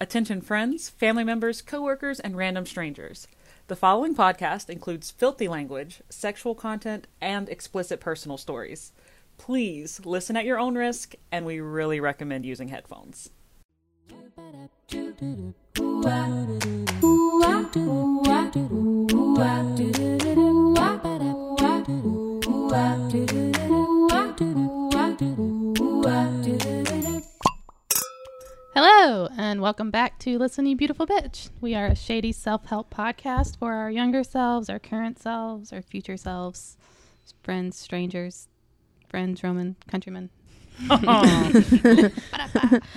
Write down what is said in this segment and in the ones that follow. Attention friends, family members, coworkers, and random strangers. The following podcast includes filthy language, sexual content, and explicit personal stories. Please listen at your own risk, and we really recommend using headphones. Hello, and welcome back to Listen, You Beautiful Bitch. We are a shady self help podcast for our younger selves, our current selves, our future selves, friends, strangers, friends, Roman, countrymen.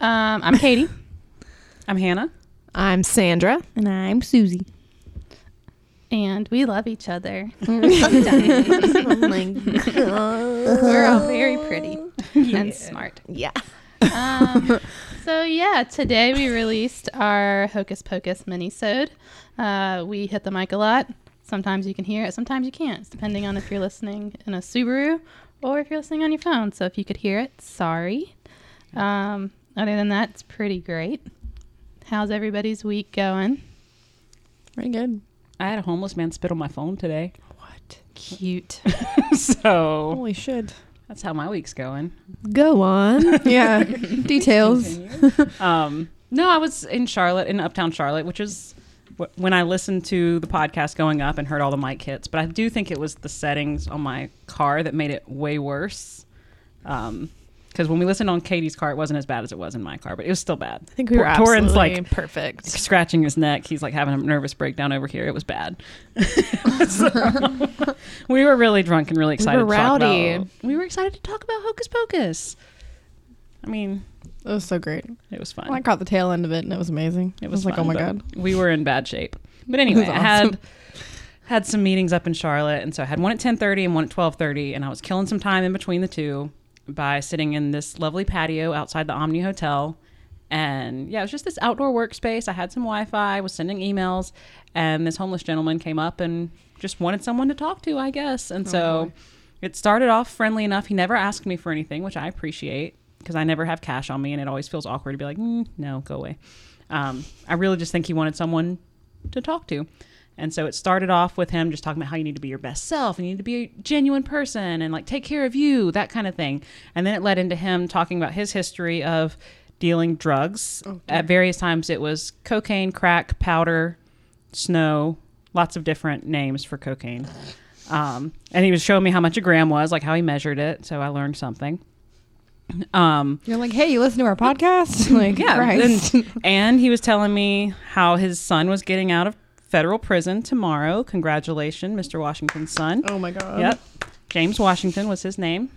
Um, I'm Katie. I'm Hannah. I'm Sandra. And I'm Susie. And we love each other. oh my god. We're all very pretty and smart. Yeah. Um, so yeah, today we released our Hocus Pocus minisode. Uh, we hit the mic a lot. Sometimes you can hear it, sometimes you can't, It's depending on if you're listening in a Subaru or if you're listening on your phone. So if you could hear it, sorry. Um, other than that, it's pretty great. How's everybody's week going? Very good. I had a homeless man spit on my phone today, What? Cute. so Holy shit. that's how my week's going. Go on. Yeah. Details. um, no, I was in Charlotte, in Uptown Charlotte, which is wh- when I listened to the podcast going up and heard all the mic hits. But I do think it was the settings on my car that made it way worse. Because when we listened on Katie's car, it wasn't as bad as it was in my car, but it was still bad. I think we were Torrance, absolutely like perfect. scratching his neck. He's like having a nervous breakdown over here. It was bad. So, we were really drunk and really excited. were to talk rowdy. about- we were excited to talk about Hocus Pocus. I mean, It was so great. it was fun. Well, I caught the tail end of it and it was amazing. It was, I like, fun, oh my but god. we were in bad shape. But anyway, was I had had some meetings up in Charlotte, and so I had one at ten thirty and one at twelve thirty, and I was killing some time in between the two by sitting in this lovely patio outside the Omni Hotel. And yeah, it was just this outdoor workspace. I had some Wi Fi, was sending emails, and this homeless gentleman came up and just wanted someone to talk to, I guess. And so it started off friendly enough. He never asked me for anything, which I appreciate because I never have cash on me, and it always feels awkward to be like, mm, no, go away. Um, I really just think he wanted someone to talk to. And so it started off with him just talking about how you need to be your best self and you need to be a genuine person and like take care of you, that kind of thing. And then it led into him talking about his history of dealing drugs. At various times, it was cocaine, crack, powder, snow, lots of different names for cocaine. Um, and he was showing me how much a gram was, like how he measured it. So I learned something. Um, You're like, hey, you listen to our podcast? like, yeah. right. And, and he was telling me how his son was getting out of federal prison tomorrow. Congratulations, Mr. Washington's son. oh my god. Yep. James Washington was his name.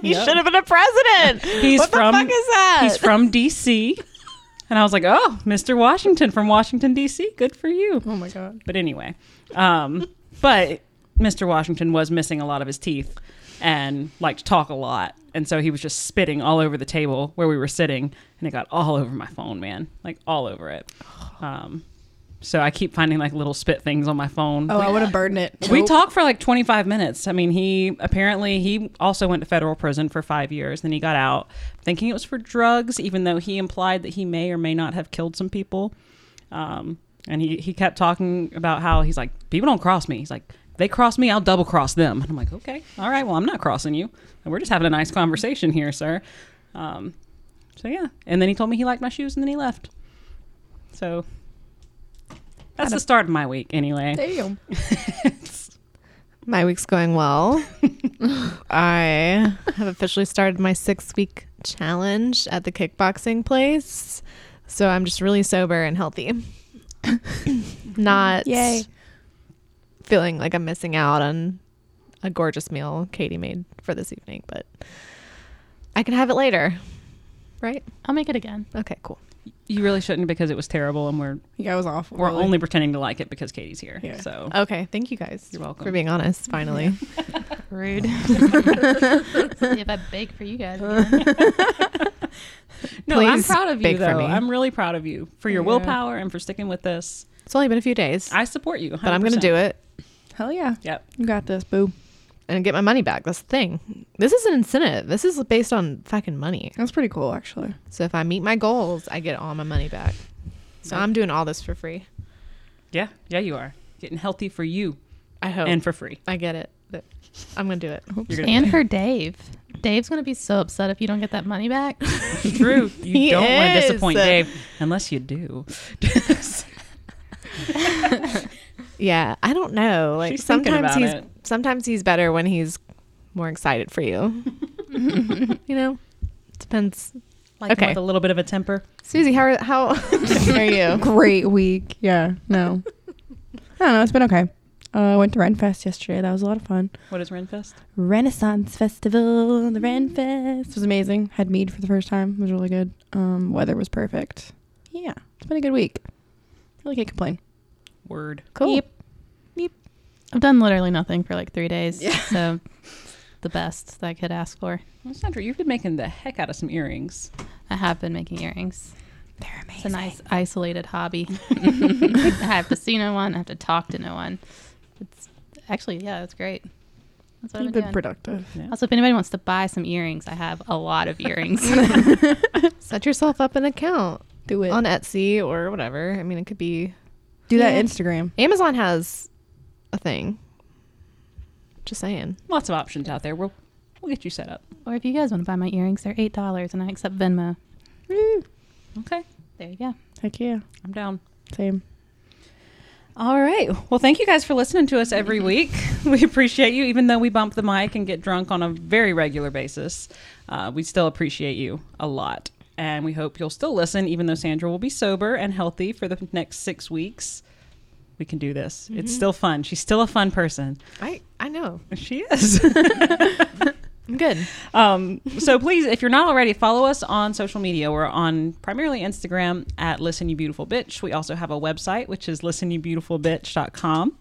he Yep. should have been a president. He's what from the fuck is that? He's from DC. And I was like, "Oh, Mr. Washington from Washington DC. Good for you." oh my god. But anyway, um, but Mr. Washington was missing a lot of his teeth and liked to talk a lot. And so he was just spitting all over the table where we were sitting, and it got all over my phone, man, like all over it. Um, so I keep finding like little spit things on my phone. Oh, I would have burned it. We Nope. talked for like 25 minutes. I mean, he apparently he also went to federal prison for 5 years, then he got out thinking it was for drugs even though he implied that he may or may not have killed some people. Um and he he kept talking about how he's like people don't cross me. He's like "If they cross me, I'll double cross them. And I'm like, "Okay. All right. Well, I'm not crossing you. We're just having a nice conversation here, sir." Um so yeah. And then he told me he liked my shoes and then he left. So that's the start of my week anyway. Damn. My week's going well. I have officially started my six week challenge at the kickboxing place. So I'm just really sober and healthy. Not Yay. feeling like I'm missing out on a gorgeous meal Katie made for this evening, but I can have it later. Right? I'll make it again. Okay, cool. You really shouldn't because it was terrible, and we're Yeah, it was awful. we're really. only pretending to like it because Katie's here. Yeah. So Okay, thank you guys You're welcome. Uh, for being honest finally. Rude. See if I bake for you guys. no, I'm Please proud of you bake for though. me. I'm really proud of you for your Yeah. willpower and for sticking with this. It's only been a few days, I support you, 100%. but I'm going to do it. Hell yeah. Yep. You got this, boo. and get my money back. That's the thing. This is an incentive. This is based on fucking money. That's pretty cool, actually. So if I meet my goals, I get all my money back. So I'm doing all this for free. Yeah, yeah, you are getting healthy for you I hope. and for free. I get it. But I'm gonna do it. You're gonna- And for Dave. Dave's going to be so upset if you don't get that money back. True. You He don't want to is. disappoint Dave unless you do. Yeah, I don't know. Like She's thinking sometimes about he's it. sometimes he's better when he's more excited for you. you know, depends. Like Okay. with a little bit of a temper. Susie, how are, how are you? Great week. Yeah. No. I don't know. It's been okay. Uh, I went to Renfest yesterday. That was a lot of fun. What is Renfest? Renaissance Festival, the Renfest was amazing. Had mead for the first time. It was really good. Um, weather was perfect. Yeah, it's been a good week. Really can't complain. Word. Cool. I've done literally nothing for like three days. So the best that I could ask for. Well, Sandra, you've been making the heck out of some earrings. I have been making earrings. They're It's a nice isolated hobby. I have to see no one. I have to talk to no one. It's actually, yeah, it's great. That's what I've You've been been doing. productive. also, if anybody wants to buy some earrings, I have a lot of earrings. Set yourself up an account Do it. on Etsy or whatever. I mean, it could be Do that Yeah. Instagram. Amazon has a thing. Just saying. Lots of options out there. We'll we'll get you set up. or if you guys want to buy my earrings, they're eight dollars, and I accept Venmo. Woo. Okay, There you go. Heck yeah. I'm down. Same. All right. Well, thank you guys for listening to us every week. We appreciate you, even though we bump the mic and get drunk on a very regular basis. Uh, we still appreciate you a lot. And we hope you'll still listen, even though Sandra will be sober and healthy for the next six weeks. We can do this. It's still fun. She's still a fun person. I I know. She is. I'm good. Um, so please, if you're not already, follow us on social media. We're on primarily Instagram at Listen You Beautiful Bitch. We also have a website, which is listenyoubeautifulbitch.com.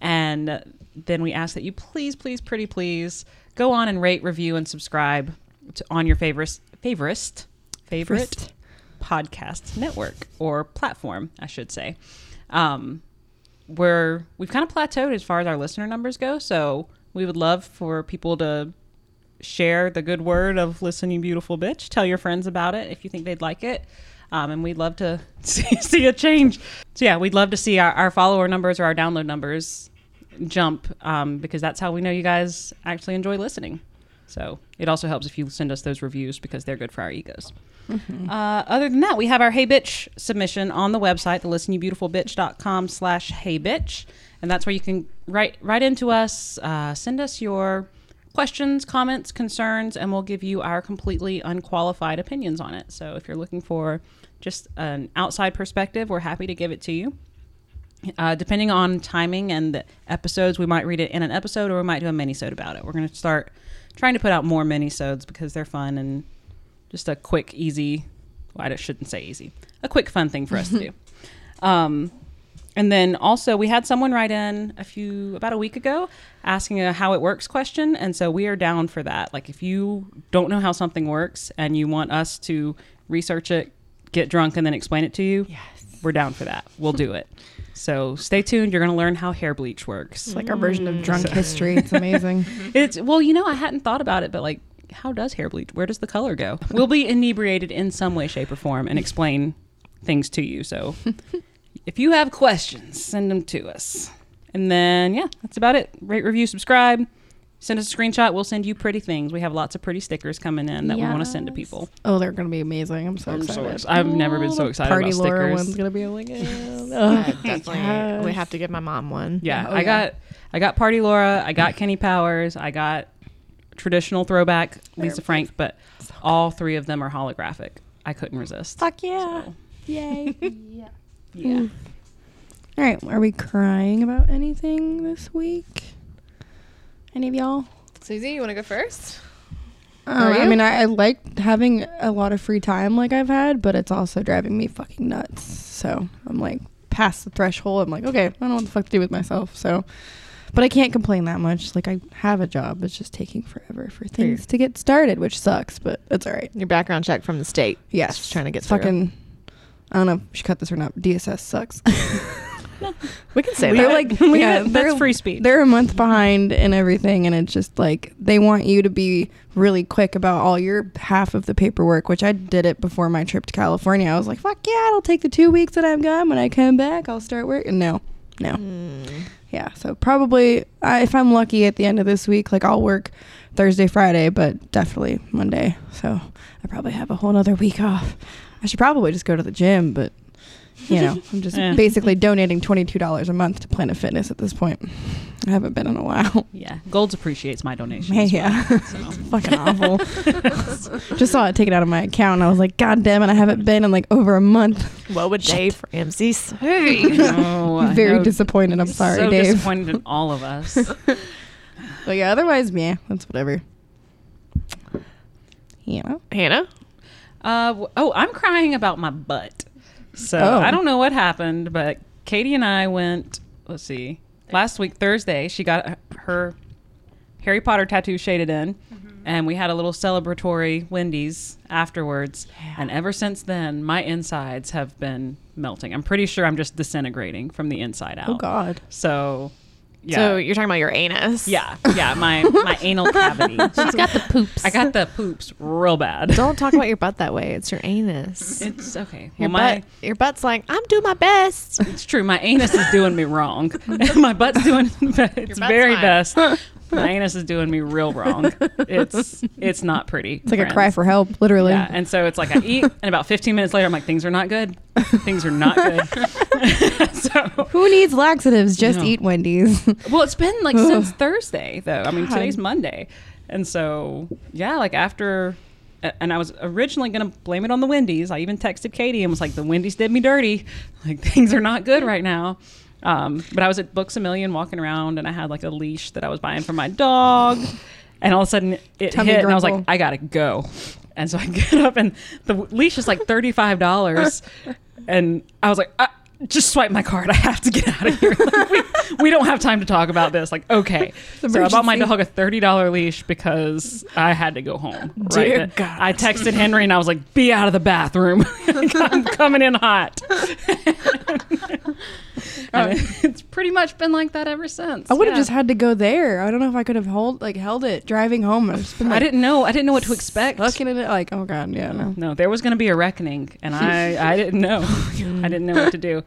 And then we ask that you please, please, pretty please go on and rate, review, and subscribe to, on your favorite, favorite, favorite First. podcast network or platform, I should say. Um, we're we've kind of plateaued as far as our listener numbers go, so we would love for people to share the good word of "Listen, you beautiful bitch." Tell your friends about it if you think they'd like it, um, and we'd love to see, see a change. So yeah, we'd love to see our, our follower numbers or our download numbers jump um, because that's how we know you guys actually enjoy listening. So it also helps if you send us those reviews because they're good for our egos. Uh, other than that, we have our Hey Bitch submission on the website, thelistenyoubeautifulbitch.com slash Hey Bitch. And that's where you can write, write into us, uh, send us your questions, comments, concerns, and we'll give you our completely unqualified opinions on it. So if you're looking for just an outside perspective, we're happy to give it to you. Uh, depending on timing and the episodes, we might read it in an episode or we might do a mini-sode about it. We're going to start trying to put out more mini-sodes because they're fun and just a quick, easy. Well, I shouldn't say easy. A quick, fun thing for us to do. Um, and then also, we had someone write in a few about a week ago asking a how it works question, and so we are down for that. Like, if you don't know how something works and you want us to research it, get drunk, and then explain it to you, we're down for that. We'll do it. So stay tuned. You're going to learn how hair bleach works. It's like our Mm. version of drunk history. It's amazing. It's well, you know, I hadn't thought about it, but like, how does hair bleach? Where does the color go? We'll be inebriated in some way, shape, or form, and explain things to you. So, if you have questions, send them to us. And then, yeah, that's about it. Rate, review, subscribe. Send us a screenshot. We'll send you pretty things. We have lots of pretty stickers coming in that we want to send to Yes. people. Oh, they're gonna be amazing. I'm so I'm so excited. ex- I've never been so the excited Party about Laura stickers. one's gonna be like, oh, yeah. Oh Yeah, Ugh. definitely. Yes. We have to give my mom one. Yeah, Oh, I yeah. got I got Party Laura, I got Kenny Powers, I got traditional throwback Lisa Frank, but all three of them are holographic. I couldn't resist. Fuck yeah! Yay! yeah. Yeah. All right, are we crying about anything this week? Any of y'all? Susie, you want to go first? Um, I you? mean, I, I like having a lot of free time like I've had, but it's also driving me fucking nuts. So I'm like past the threshold. I'm like, okay, I don't know what the fuck to do with myself. So, but I can't complain that much. Like I have a job. It's just taking forever for things to get started, which sucks, but it's all right. Your background check from the state. Yes. Just trying to get fucking. I don't know if we should cut this or not. DSS sucks. We can say They're that. like, We- yeah, that's they're, free speech. they're a month behind and everything, and it's just like they want you to be really quick about all your half of the paperwork. Which I did it before my trip to California. I was like, fuck yeah, it'll take the two weeks that I'm gone. When I come back, I'll start working. No, no, Mm. yeah. So probably, I, if I'm lucky, at the end of this week, like I'll work Thursday, Friday, but definitely Monday. So I probably have a whole nother week off. I should probably just go to the gym, but you know, I'm just Yeah. basically donating twenty two dollars a month to Planet Fitness at this point. I haven't been in a while. Yeah, Golds appreciates my donation. Hey, yeah, fucking awful. just saw it taken out of my account, and I was like, God damn it, I haven't been in like over a month. What would Dave Ramsey say? no, Very no, disappointed. I'm sorry, so Dave. disappointed in all of us. But yeah, otherwise, yeah, that's whatever. Oh, You know. Hannah? Uh, w- oh, I'm crying about my butt. So Oh. I don't know what happened, but Katie and I went. Let's see. Last week Thursday, she got her Harry Potter tattoo shaded in, and we had a little celebratory Wendy's afterwards. And ever since then, my insides have been melting. I'm pretty sure I'm just disintegrating from the inside out. Oh God. So, yeah, So you're talking about your anus? yeah, yeah. My my anal cavity. She's got the poops. I got the poops real bad. Don't talk about your butt that way. It's your anus. It's okay. Your well, my butt. Your butt's like, I'm doing my best. It's true. My anus is doing me wrong. my butt's doing its butt's very fine. best. My anus is doing me real wrong. It's it's not pretty. It's like a cry for help, literally. Yeah, and so it's like I eat, and about 15 minutes later, I'm like, things are not good. Things are not good. so, Who needs laxatives? Just No. eat Wendy's. well, it's been like since Thursday, though. I mean, God. today's Monday, and so yeah, like after, a- and I was originally gonna blame it on the Wendy's. I even texted Katie and was like, "The Wendy's did me dirty. Like things are not good right now." Um, but I was at Books a Million walking around, and I had like a leash that I was buying for my dog, and all of a sudden it Tummy hit, and I was like, grunkle. "I gotta go." And so I get up, and the w- leash is like thirty five dollars, and I was like. I, just swipe my card. I have to get out of here. Like, we, we don't have time to talk about this. Like, okay. So I bought my emergency. dog a $30 leash because I had to go home. Dear Then God. I texted Henry and I was like, be out of the bathroom. Like, I'm coming in hot. And it's pretty much been like that ever since. Uh, I would have Yeah. just had to go there. I don't know if I could have hold like held it driving home. I've just been I like didn't know. I didn't know what to expect. looking at it like, oh god, yeah, no. No, there was going to be a reckoning, and I, I didn't know. Mm. I didn't know what to do.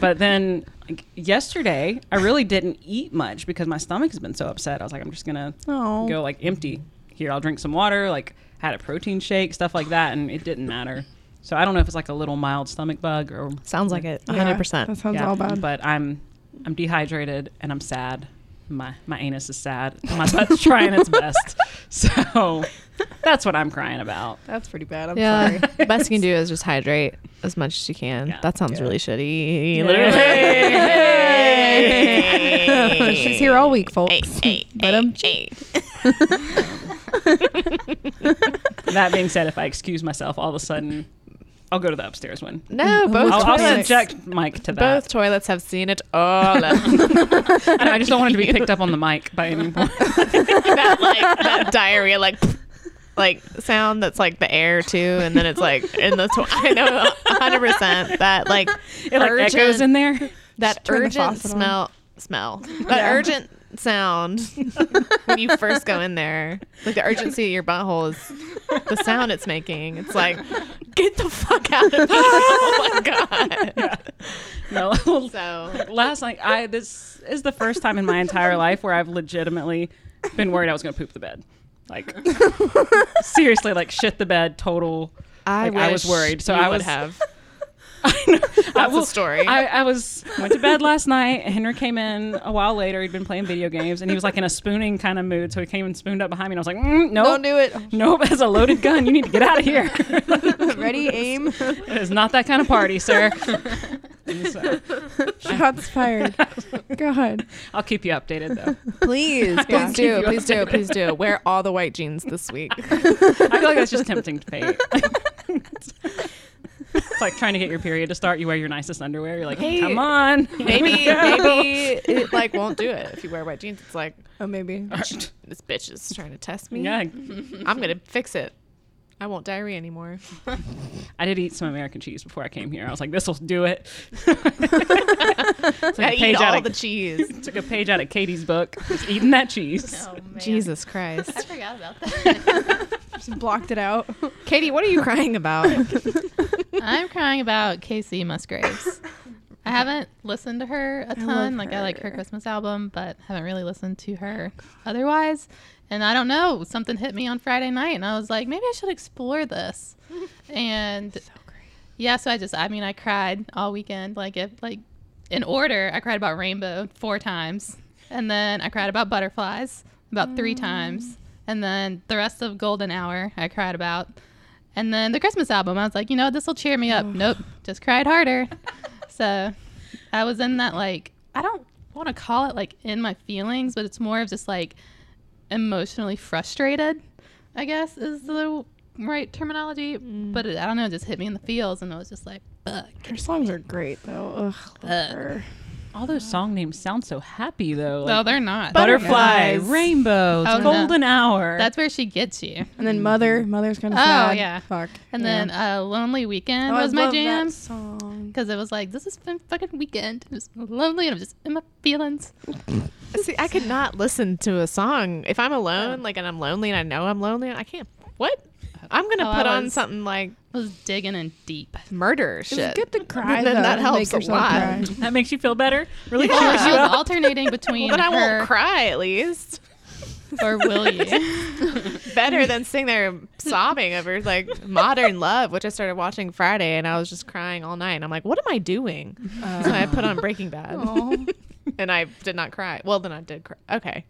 But then like, yesterday, I really didn't eat much because my stomach has been so upset. I was like, I'm just going to Oh. go like empty. Here, I'll drink some water, like had a protein shake, stuff like that, and it didn't matter. So I don't know if it's like a little mild stomach bug or Sounds like it. Yeah, 100%. That sounds yeah, all bad. But I'm I'm dehydrated and I'm sad. My my anus is sad. and My butt's trying its best. So that's what I'm crying about. That's pretty bad. I'm yeah. Best you can do is just hydrate as much as you can. Yeah. That sounds Yeah. really shitty. Yeah. Literally. sorry. She's here all week, folks. but um, That being said, if I excuse myself, all of a sudden I'll go to the upstairs one. No, both I'll, I'll toilets. subject Mike to that. Both toilets have seen it all. And I just don't want it to be picked up on the mic by anyone. that like that diarrhea like like sound that's like the air too, and then it's like in the tw- I know hundred percent that like It like echoes in there. that turn the urgent faucet on. smell smell that urgent sound when you first go in there like the urgency of your butthole is the sound it's making it's like get the fuck out of here oh my god No. so Last night, I this is the first time in my entire life where I've legitimately been worried I was going to poop the bed. Like seriously, like shit the bed. Total. I, Like, I was wish worried, so you I would was- have I that's a story I, I was went to bed last night. Henry came in a while later. He'd been playing video games, and he was like in a spooning kind of mood. So he came and spooned up behind me, and I was like, mm, "No, don't do it. nope, that's a loaded gun. You need to get out of here. um, Ready, aim, it is not that kind of party, sir." And so, shots fired. God, I'll keep you updated though. please, Please do, you please do, please do. Wear all the white jeans this week. I feel like that's just tempting to fate. it's like trying to get your period to start. You wear your nicest underwear. You're like, Hey, come on. Maybe, maybe it like won't do it if you wear white jeans. It's like Oh, maybe. this bitch is trying to test me. yeah, I'm gonna fix it. Mm-hmm. I won't diarrhea anymore. I did eat some American cheese before I came here. I was like, this will do it. I page eat out all of- the cheese. Took a page out of Katie's book. Just eating that cheese. Jesus Oh, I Christ. forgot about that. Just blocked it out. Katie, what are you crying about? I'm crying about Casey Musgraves. I haven't listened to her a love ton. like I like her her. Christmas album, but haven't really listened to her otherwise. And I don't know, something hit me on Friday night and I was like, maybe I should explore this. and yeah, so I just I mean I cried all weekend like if like in order, I cried about Rainbow four times. And then I cried about Butterflies about 3 times. And then the rest of Golden Hour I cried about. And then the Christmas album, I was like, you know, this will cheer me up. nope, just cried harder. so I was in that, like, I don't want to call it like in my feelings, but it's more of just like emotionally frustrated, I guess is the right terminology. Mm. But it, I don't know, it just hit me in the feels. And I was just like, fuck. Her songs are great though. Ugh, love Uh, Ugh. her. All those song names sound so happy though. no, Like they're not. butterfly, Butterflies. rainbow, Oh, no. golden hour. That's where she gets you. And then Mother, Mother's kind of Oh, sad. yeah. fuck. And Yeah. then uh, Lonely Weekend Oh, I was my love that jam. song. Because it was like, this is fun fucking weekend. It was lonely and I'm just in my feelings. See, I could not listen to a song if I'm alone, like, and I'm lonely, and I know I'm lonely, and I can't. What? I'm gonna Oh, I put on was- something like I was digging in deep. murder It shit. was good to cry Then though. that to helps make a yourself lot. cry. that makes you feel better. Really? She was, Cheers she you was up? alternating between well, then I her won't cry at least. or will you. Better than sitting there sobbing over like modern love, which I started watching Friday, and I was just crying all night. And I'm like, what am I doing? so I put on Breaking Bad, Aw. and I did not cry. Well, then I did cry. Okay,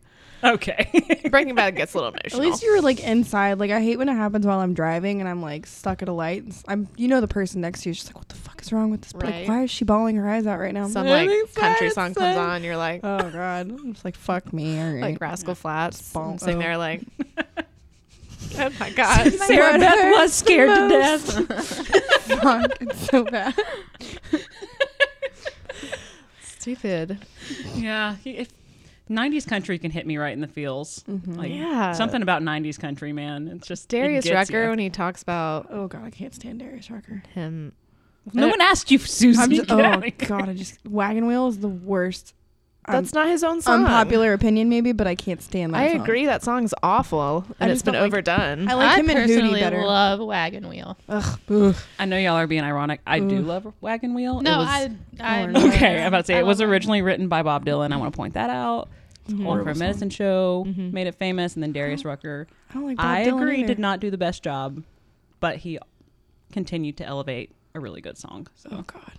okay. Breaking Bad gets a little emotional. At least you were like inside. Like I hate when it happens while I'm driving and I'm like stuck at a light. It's- I'm you know the person next to you is just like what the fuck is wrong with this? Right. Like why is she bawling her eyes out right now? I'm some like, like "Everything's country fine, song it's comes fine." on, you're like, Oh god, I'm just like fuck me. All right. like Rascal Flats. bonk. I'm sitting Oh. there like, oh my god, Sarah Beth was scared to the death. Fuck, it's so bad. stupid. yeah. If 90s country can hit me right in the feels. Like, Yeah. Something about 90s country, man. It's just. it Darius gets Rucker you. when he talks about Oh god, I can't stand Darius Rucker. him. No one asked you, Susie. I'm just, Get out oh of here. god, I just wagon wheel is the worst. um, That's not his own song. unpopular opinion maybe, but I can't stand that. I song. agree that song's awful and I it's just been don't like- overdone. I like I him and personally Hootie better. love Wagon Wheel. Ugh, ugh. I know y'all are being ironic. I do love Wagon Wheel. It No, was- I, I. Oh, no. Okay, I'm about to say I it was love originally written by Bob Dylan. I want to point that out. Mm-hmm. On for a Horrible medicine show, made it famous, and then Darius Rucker. I don't like Bob I Dylan agree, either. did not do the best job, but he continued to elevate a really good song. Oh So, god.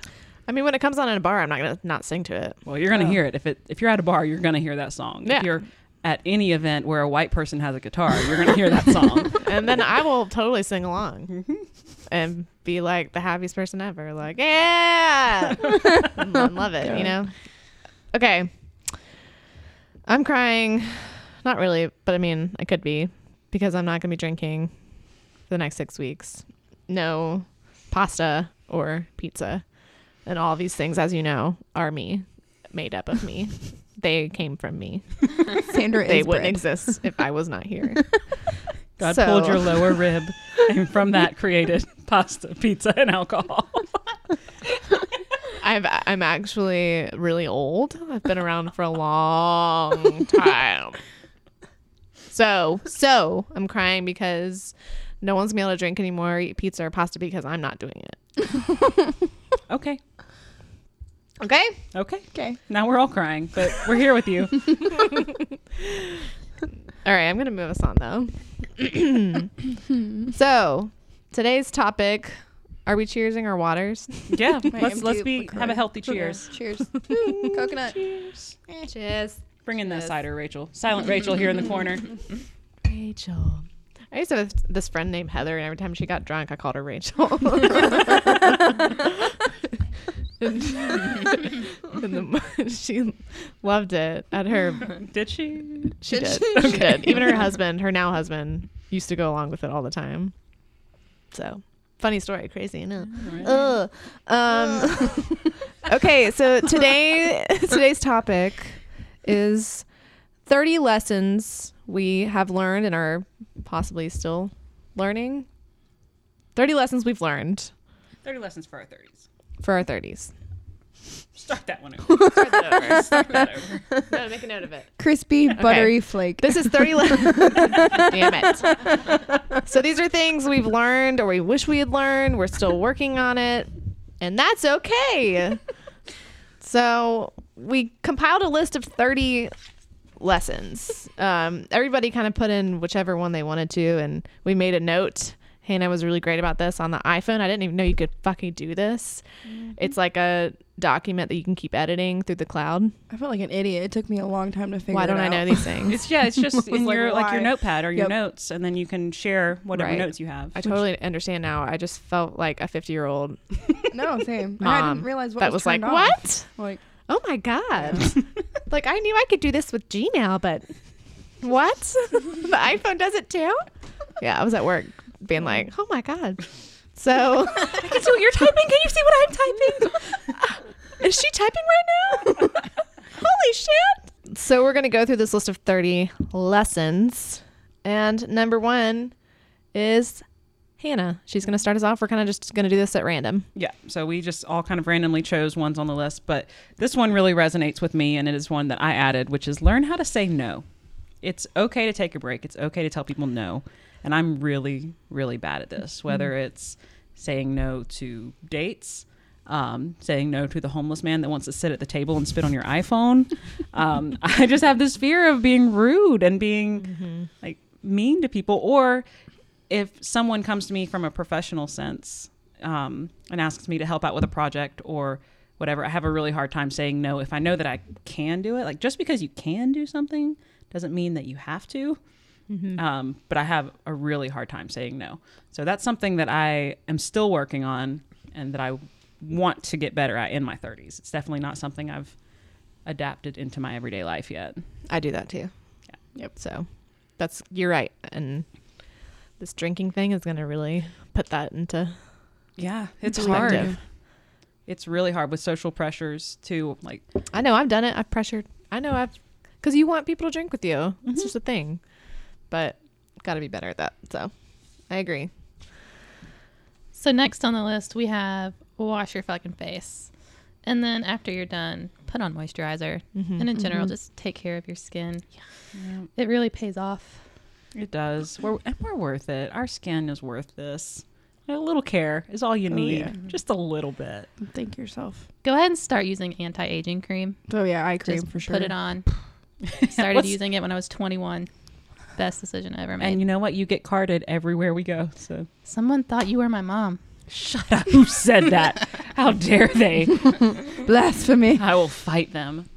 I mean, when it comes on in a bar, I'm not gonna not sing to it. well, you're gonna hear it if it if you're at a bar, you're gonna hear that song. Yeah. If you're at any event where a white person has a guitar, you're gonna hear that song. And then I will totally sing along Mm-hmm. and be like the happiest person ever. Like, yeah, and then love it. You know. Okay. I'm crying. Not really, but I mean, I could be because I'm not gonna be drinking for the next six weeks. No pasta or pizza, and all these things, as you know, are me, made up of me. they came from me. Sandra they is wouldn't bread. exist if I was not here. God So- pulled your lower rib, and from that created pasta, pizza, and alcohol. I've, I'm actually really old. I've been around for a long time. So, so I'm crying because no one's gonna be able to drink anymore, or eat pizza or pasta because I'm not doing it. Okay, Okay. okay. Okay. Now we're all crying, but we're here with you. All right. I'm gonna move us on though. so, today's topic: Are we cheersing our waters? Yeah, I let's am let's too, be but have a crying. healthy cheers. Cheers. Coconut. Cheers. Bring in that cider, Rachel. Silent Rachel here in the corner. Rachel. I used to have this friend named Heather, and every time she got drunk, I called her Rachel. and, and the mo- she loved it at her. Did she? She did. She did. Even her husband, her now husband, used to go along with it all the time. So funny story, crazy, I know. Ugh. Um, okay, so today today's topic is 30 lessons we have learned and are possibly still learning 30 lessons we've learned 30 lessons for our 30s. for our 30s. Start that one over. Start that over. Start that over. No, make a note of it. Crispy, buttery flake. This is 30 lessons. Damn it. So these are things we've learned or we wish we had learned. We're still working on it, and that's okay. So we compiled a list of 30 lessons. Um, everybody kind of put in whichever one they wanted to, and we made a note. Hannah was really great about this on the iPhone. I didn't even know you could fucking do this. It's like a document that you can keep editing through the cloud. I felt like an idiot. It took me a long time to figure. Why it don't I out. know these things? It's yeah, it's just in like, your like your why? notepad or your Yep. notes, and then you can share whatever Right. notes you have. I totally understand now. I just felt like a 50 year old No, same. I mom didn't realize what that was, was, like, turned off. what? Like Oh my God. like, I knew I could do this with Gmail, but what? the iPhone does it too? Yeah, I was at work being like, oh my God. So, I can see what you're typing. Can you see what I'm typing? Is she typing right now? Holy shit. So, we're going to go through this list of 30 lessons. And number one is Hannah. She's going to start us off. We're kind of just going to do this at random. Yeah. So we just all kind of randomly chose ones on the list, but this one really resonates with me and it is one that I added, which is learn how to say no. It's okay to take a break. It's okay to tell people no. And I'm really, really bad at this, whether it's saying no to dates, um, saying no to the homeless man that wants to sit at the table and spit on your iPhone. um, I just have this fear of being rude and being like mean to people or if someone comes to me from a professional sense um, and asks me to help out with a project or whatever, I have a really hard time saying no if I know that I can do it. Like just because you can do something doesn't mean that you have to. Um, but I have a really hard time saying no. So that's something that I am still working on and that I want to get better at in my 30s. It's definitely not something I've adapted into my everyday life yet. I do that too. Yeah. Yep. So that's you're right, and this drinking thing is gonna really put that into Yeah, it's perspective. hard. It's really hard with social pressures too. Like I know I've done it. I've pressured. I know I've because you want people to drink with you. It's just a thing, but gotta be better at that. So I agree. So next on the list we have wash your fucking face, and then after you're done, put on moisturizer, Mm-hmm. and in Mm-hmm. general, just take care of your skin. It really pays off. It does. We're and we're worth it. Our skin is worth this. A little care is all you Oh, need. yeah. Just a little bit. think yourself. Mm-hmm. Go ahead and start using anti-aging cream. So yeah, eye cream Just for sure. Put it on. Started What's- using it when I was 21. Best decision I ever made. And you know what? You get carded everywhere we go. So Someone thought you were my mom. shut up. Who said that? How dare they? Blasphemy. I will fight them.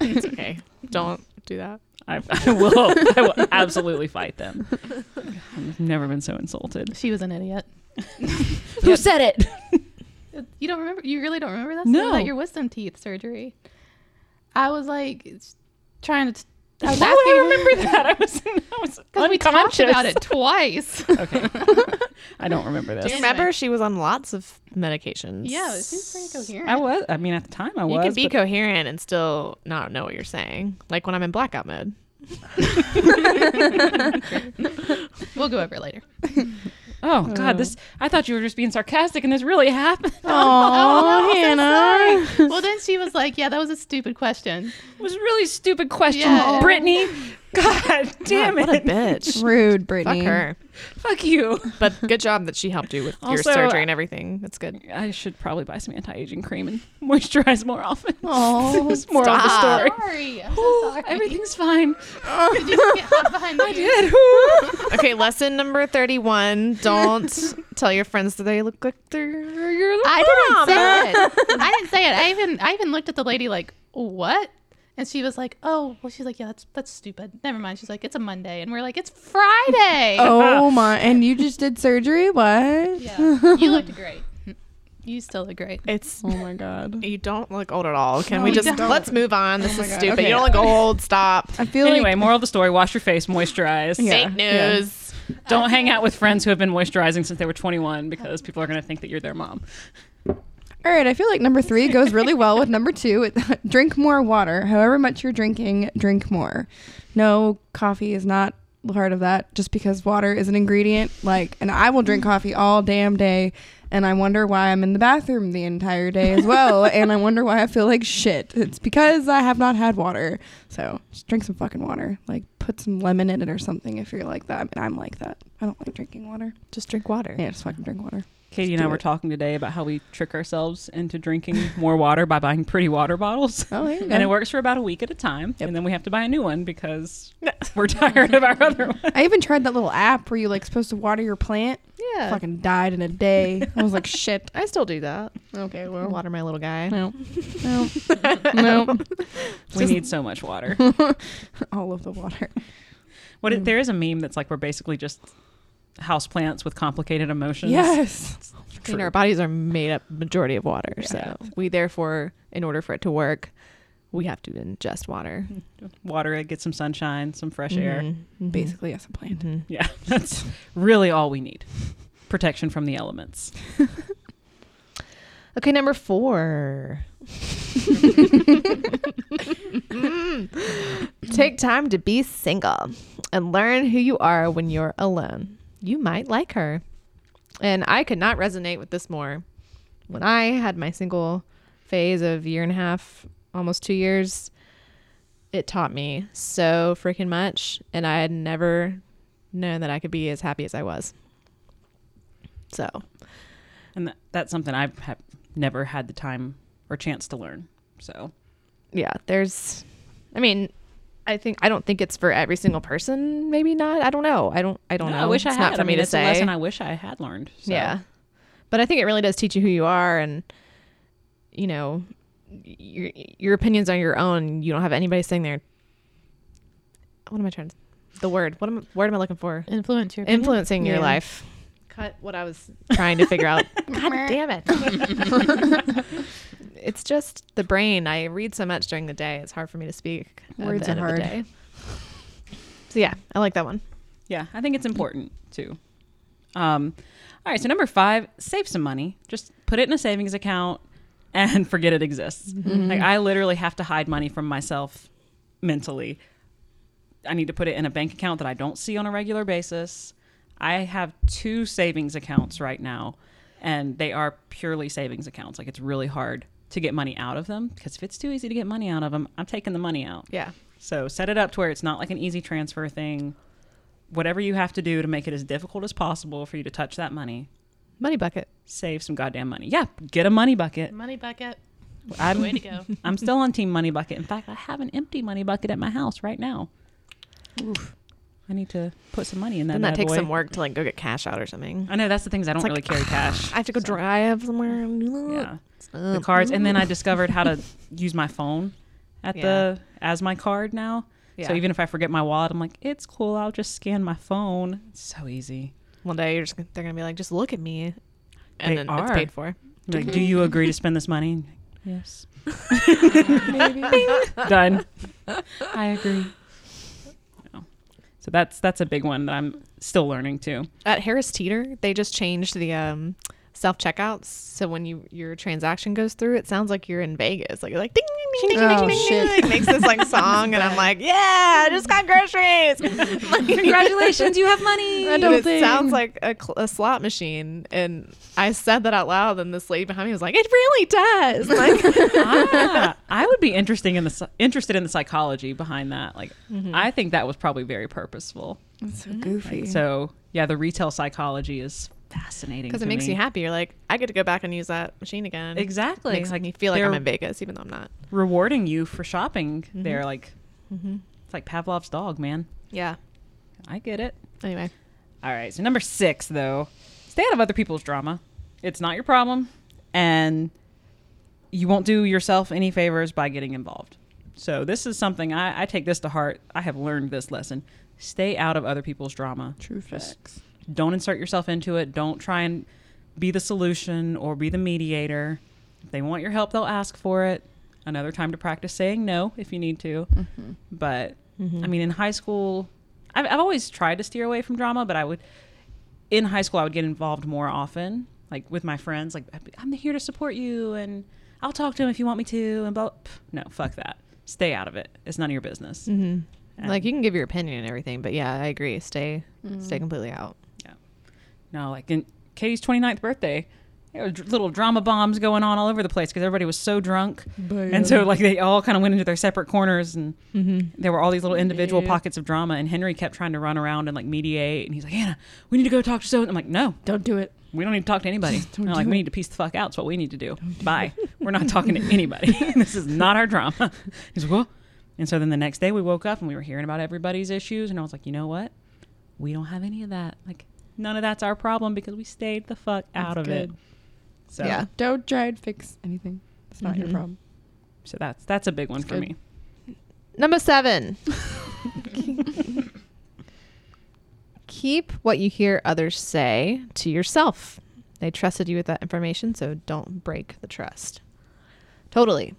It's okay. Don't do that. I, I will. I will absolutely fight them. I've never been so insulted. She was an idiot. Who said it? You don't remember? You really don't remember that? No. No. About your wisdom teeth surgery. I was like it's trying to. T- I was Why would I asking remember that? I was, I was because we talked unconscious. about it twice. Okay. I don't remember Do you this. Anyway. remember she was on lots of medications? yeah, it seems pretty coherent. I was. I mean, at the time, I was. you can be but- coherent and still not know what you're saying. Like when I'm in blackout mode. we'll go over it later. oh God, this. I thought you were just being sarcastic, and this really happened. Oh, I'm Hannah. so sorry. well, then she was like, "Yeah, that was a stupid question." It was a really stupid question, Yeah. Brittany. God damn God, it. What a bitch. Rude, Brittany. Fuck her. Fuck you. But good job that she helped you with your Also, surgery and everything. That's good. I should probably buy some anti aging cream and moisturize more often. Oh, It's more of the Stop. story. Sorry, I'm so Ooh, sorry. everything's fine. Did you just get hot behind I you? did. Ooh. Okay, lesson number 31. Don't tell your friends that they look like they're your I didn't say it. I didn't say it. I even I even looked at the lady like, "What?" And she was like, "Oh, well." She's like, "Yeah, that's that's stupid. Never mind." She's like, "It's a Monday," and we're like, "It's Friday." Oh my! And you just did surgery? What? Yeah, you looked great. You still look great. It's Oh my god! you don't look old at all. Can No, we you just don't. let's move on? This my is God. stupid. Okay. You don't look old. Stop. I feel Anyway, like moral of the story wash your face, moisturize. Yeah. Fake news. Don't hang out with friends who have been moisturizing since they were 21 because people are going to think that you're their mom. all right. I feel like number three goes really well with number two. It- drink more water. However much you're drinking, drink more. No coffee is not part of that just because water is an ingredient. Like, and I will drink coffee all damn day. And I wonder why I'm in the bathroom the entire day as well. and I wonder why I feel like shit. It's because I have not had water. So just drink some fucking water. Like, put some lemon in it or something if you're like that. I mean, I'm like that. I don't like drinking water. Just drink water. Yeah, just fucking drink water. Katie Let's and I do were it. talking today about how we trick ourselves into drinking more water by buying pretty water bottles. Oh, there you go. And it works for about a week at a time, Yep. and then we have to buy a new one because we're tired of our other one. I even tried that little app where you like supposed to water your plant. Yeah. Fucking died in a day. I was like, shit. I still do that. Okay, Or well, water my little guy. no, no, no. We need so much water. All of the water. What Mm. it, there is a meme that's like we're basically just houseplants with complicated emotions. Yes. I mean, our bodies are made up majority of water. Yeah. So we therefore, in order for it to work, we have to ingest water. Water it, get some sunshine, some fresh air. Mhm. Mm-hmm. Mhm. Basically, yes, a plant. Mhm. Yeah, that's really all we need. Protection from the elements. Okay, number four. Take time to be single and learn who you are when you're alone. You might like her. And I could not resonate with this more. When I had my single phase of year and a half, almost two years, it taught me so freaking much. And I had never known that I could be as happy as I was. So, And that, that's something I've ha- never had the time or chance to learn. So yeah, there's I mean, I think I don't think it's for every single person, maybe not. I don't know. I don't I don't No, know. I wish it's I not had. for I mean, me to it's say. a lesson I wish I had learned. So. Yeah. But I think it really does teach you who you are and you know, your your opinions on your own. You don't have anybody sitting there What am I trying to the word. What am word am I looking for? Influence your opinion. Influencing your Yeah. life. Cut what I was trying to figure out. God damn it. it's just the brain. I read so much during the day. It's hard for me to speak. at the Words are end of the hard. day. So yeah, I like that one. Yeah, I think it's important too. Um, all right, so number five, save some money. Just put it in a savings account and forget it exists. Mm-hmm. Like I literally have to hide money from myself mentally. I need to put it in a bank account that I don't see on a regular basis. I have two savings accounts right now, and they are purely savings accounts. Like it's really hard to get money out of them because if it's too easy to get money out of them, I'm taking the money out. Yeah. So set it up to where it's not like an easy transfer thing. Whatever you have to do to make it as difficult as possible for you to touch that money, Money bucket. save some goddamn money. Yeah, get a money bucket. Money bucket. I'm, Way to go. I'm still on team money bucket. In fact, I have an empty money bucket at my house right now. I need to put some money in that. Then that bad takes boy. some work to like go get cash out or something. I know that's the things I don't like, really carry cash. I Mm. have to go drive somewhere. yeah, the cards, and then I discovered how to use my phone at the as my card now. So Mm-hmm. Yeah. even if I forget my wallet, I'm like, it's cool. I'll just scan my phone. It's so easy. One day you're just gonna- they're gonna be like, just look at me, and They then it's are. paid for. Like, do you agree to spend this money? Yes. Maybe. Done. I agree. No. So that's that's a big one that I'm still learning too. At Harris Teeter, they just changed the um, self checkouts. So when you your transaction goes through, it sounds like you're in Vegas. Like you're like ding ding ding ding Oh, ding ding. shit. ding. It makes this like song, and I'm like, yeah, I just got groceries. Like, Congratulations, you have money. and Adult it thing. sounds like a, cl- a slot machine, and I said that out loud, and this lady behind me was like, "It really does." Like, ah, I would be interesting in the psy- interested in the psychology behind that. Like, Mm-hmm. I think that was probably very purposeful. That's so goofy. So yeah, the retail psychology is fascinating because because it makes you happy. You're like, I get to go back and use that machine again. Exactly. Makes me feel like they're I'm in Vegas, even though I'm not. rewarding you for shopping. Mm-hmm. They're like, it's like Pavlov's dog, man. Yeah. I get it. Anyway. All right. So number six, though, stay out of other people's drama. It's not your problem, and you won't do yourself any favors by getting involved. So this is something I, I take this to heart. I have learned this lesson: stay out of other people's drama. True facts. Don't insert yourself into it. Don't try and be the solution or be the mediator. If they want your help, they'll ask for it. Another time to practice saying no if you need to. But I mean, in high school, I've, I've always tried to steer away from drama, but I would, in high school, I would get involved more often, like with my friends, like, I'd be, I'm here to support you and I'll talk to him if you want me to. And blah, pff, no, fuck that. Stay out of it. It's none of your business. Like you can give your opinion and everything, but yeah, I agree. Stay stay completely out. No, like in Katie's 29th birthday, there were dr- little drama bombs going on all over the place because everybody was so drunk. And so, like, they all kind of went into their separate corners, and there were all these little individual pockets of drama. And Henry kept trying to run around and, like, mediate. And he's like, Hannah, we need to go talk to so. I'm like, no, Don't do it. we don't need to talk to anybody. don't No, do like, we it. need to piece the fuck out. It's what we need to do. Bye. We're not talking to anybody. this is not our drama. He's like, well. And so then the next day we woke up and we were hearing about everybody's issues. And I was like, you know what? We don't have any of that. Like, none of that's our problem because we stayed the fuck out That's of it. good. So, Yeah. Don't try to fix anything. It's not Mhm. your problem. so that's that's a big one That's for good. me. Number seven. Keep what you hear others say to yourself. They trusted you with that information, so don't break the trust. Totally.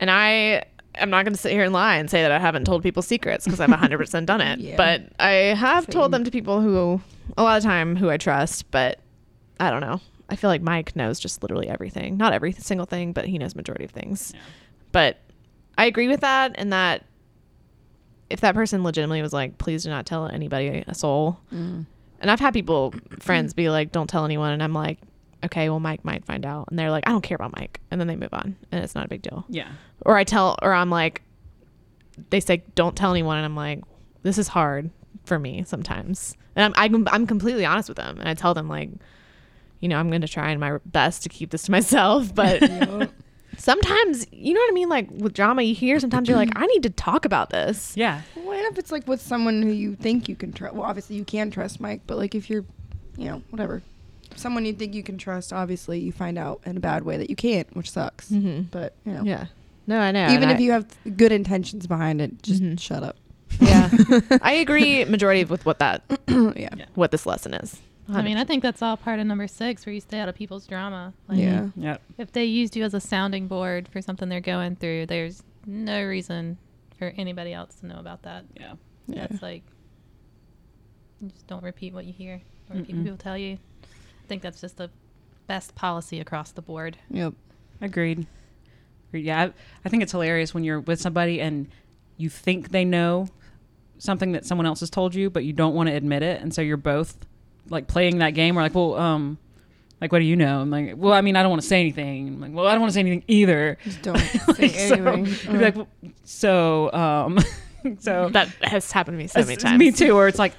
And I am not going to sit here and lie and say that I haven't told people secrets because I've 100% done it. Yeah. But I have Same. told them to people who, a lot of time, who I trust, but I don't know. I feel like Mike knows just literally everything. Not every single thing, but he knows majority of things. Yeah. But I agree with that and that if that person legitimately was like, please do not tell anybody a soul. And I've had people, friends, be like, don't tell anyone. And I'm like, okay, well, Mike might find out. And they're like, I don't care about Mike. And then they move on and it's not a big deal. Yeah. Or I tell, or I'm like, they say, don't tell anyone. And I'm like, this is hard for me sometimes. And I'm, I'm, I'm completely honest with them. And I tell them, like, you know, I'm going to try and my best to keep this to myself, but sometimes you know what I mean. Like with drama, you hear sometimes you're like, I need to talk about this. Yeah. What if it's like with someone who you think you can trust? Well, obviously you can trust Mike, but like if you're, you know, whatever, someone you think you can trust, obviously you find out in a bad way that you can't, which sucks. Mhm. But you know, Yeah. No, I know. even and if you have good intentions behind it, just Mhm. shut up. I, yeah, I agree majority of with what that yeah. Yeah. what this lesson is. I mean, I think that's all part of number six, where you stay out of people's drama. Like, Yeah. Yep. If they used you as a sounding board for something they're going through, there's no reason for anybody else to know about that. Yeah. Yeah. That's like, you just don't repeat what you hear. Don't repeat Mm-mm. what people tell you. I think that's just the best policy across the board. Yep. Agreed. Agreed. Yeah, I, I think it's hilarious when you're with somebody and you think they know something that someone else has told you, but you don't want to admit it, and so you're both like playing that game. We're like, well, um, like what do you know? I'm like, well, I mean, I don't want to say anything. I'm like, well, I don't want to say anything either. Just don't say Like, so, anything. you'd be like, well, so, um, so that has happened to me so many it's- times. Me too. Or it's like,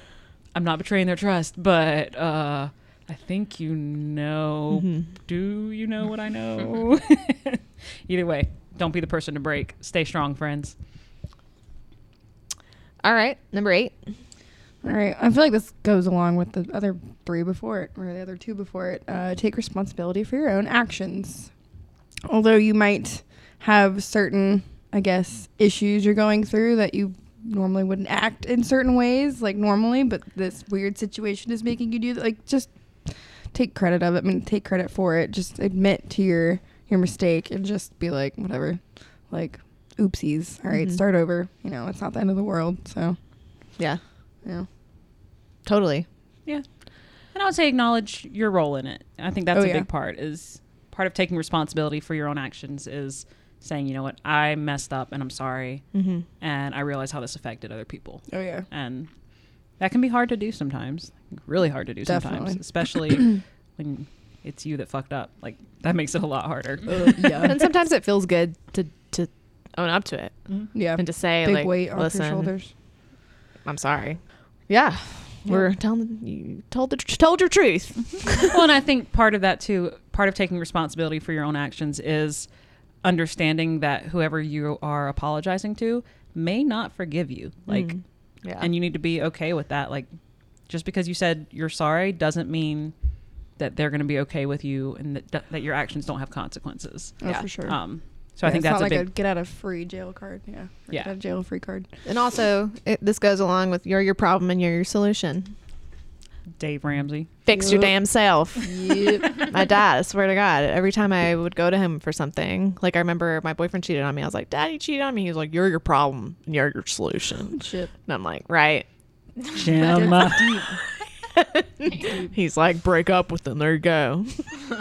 I'm not betraying their trust, but uh, I think you know. Mm-hmm. Do you know what I know? Either way, don't be the person to break. Stay strong, friends. All right, number eight. All right. I feel like this goes along with the other three before it, or the other two before it. Uh, take responsibility for your own actions. Although you might have certain, I guess, issues you're going through that you normally wouldn't act in certain ways, like normally, but this weird situation is making you do that. Like, just take credit of it. I mean, take credit for it. Just admit to your your mistake and just be like, whatever. Like, oopsies. All right, Mhm. start over. You know, it's not the end of the world. So, Yeah, yeah. totally. And I would say acknowledge your role in it. I think that's Oh, a yeah. big part. Is part of taking responsibility for your own actions is saying, you know what, I messed up and I'm sorry, Mm-hmm. and I realize how this affected other people. Oh, yeah. and that can be hard to do sometimes really hard to do sometimes Definitely. especially when it's you that fucked up like that makes it a lot harder and sometimes it feels good to to own up to it Yeah. and to say Big like, weight off listen, your shoulders. I'm sorry. Yeah, we're telling you told the tr- told your truth. well and i think part of that too part of taking responsibility for your own actions is understanding that whoever you are apologizing to may not forgive Mm. you like Mhm. yeah, and you need to be okay with that like just because you said you're sorry doesn't mean that they're going to be okay with you and that, that your actions don't have consequences Oh, Yeah. for sure. um so i Yeah, it's think not that's a like big a get out of free jail card. Yeah. Or Yeah. Get out of jail free card. And also, it, this goes along with you're your problem and you're your solution. Dave Ramsey. Fix your Yup. damn self. Yep. my dad, I swear to God, every time I would go to him for something, like I remember my boyfriend cheated on me. I was like, Daddy cheated on me. He was like, You're your problem and you're your solution. Shit. Um, uh, And I'm like, Right. Jim. again. He's like, break up with them. There you go.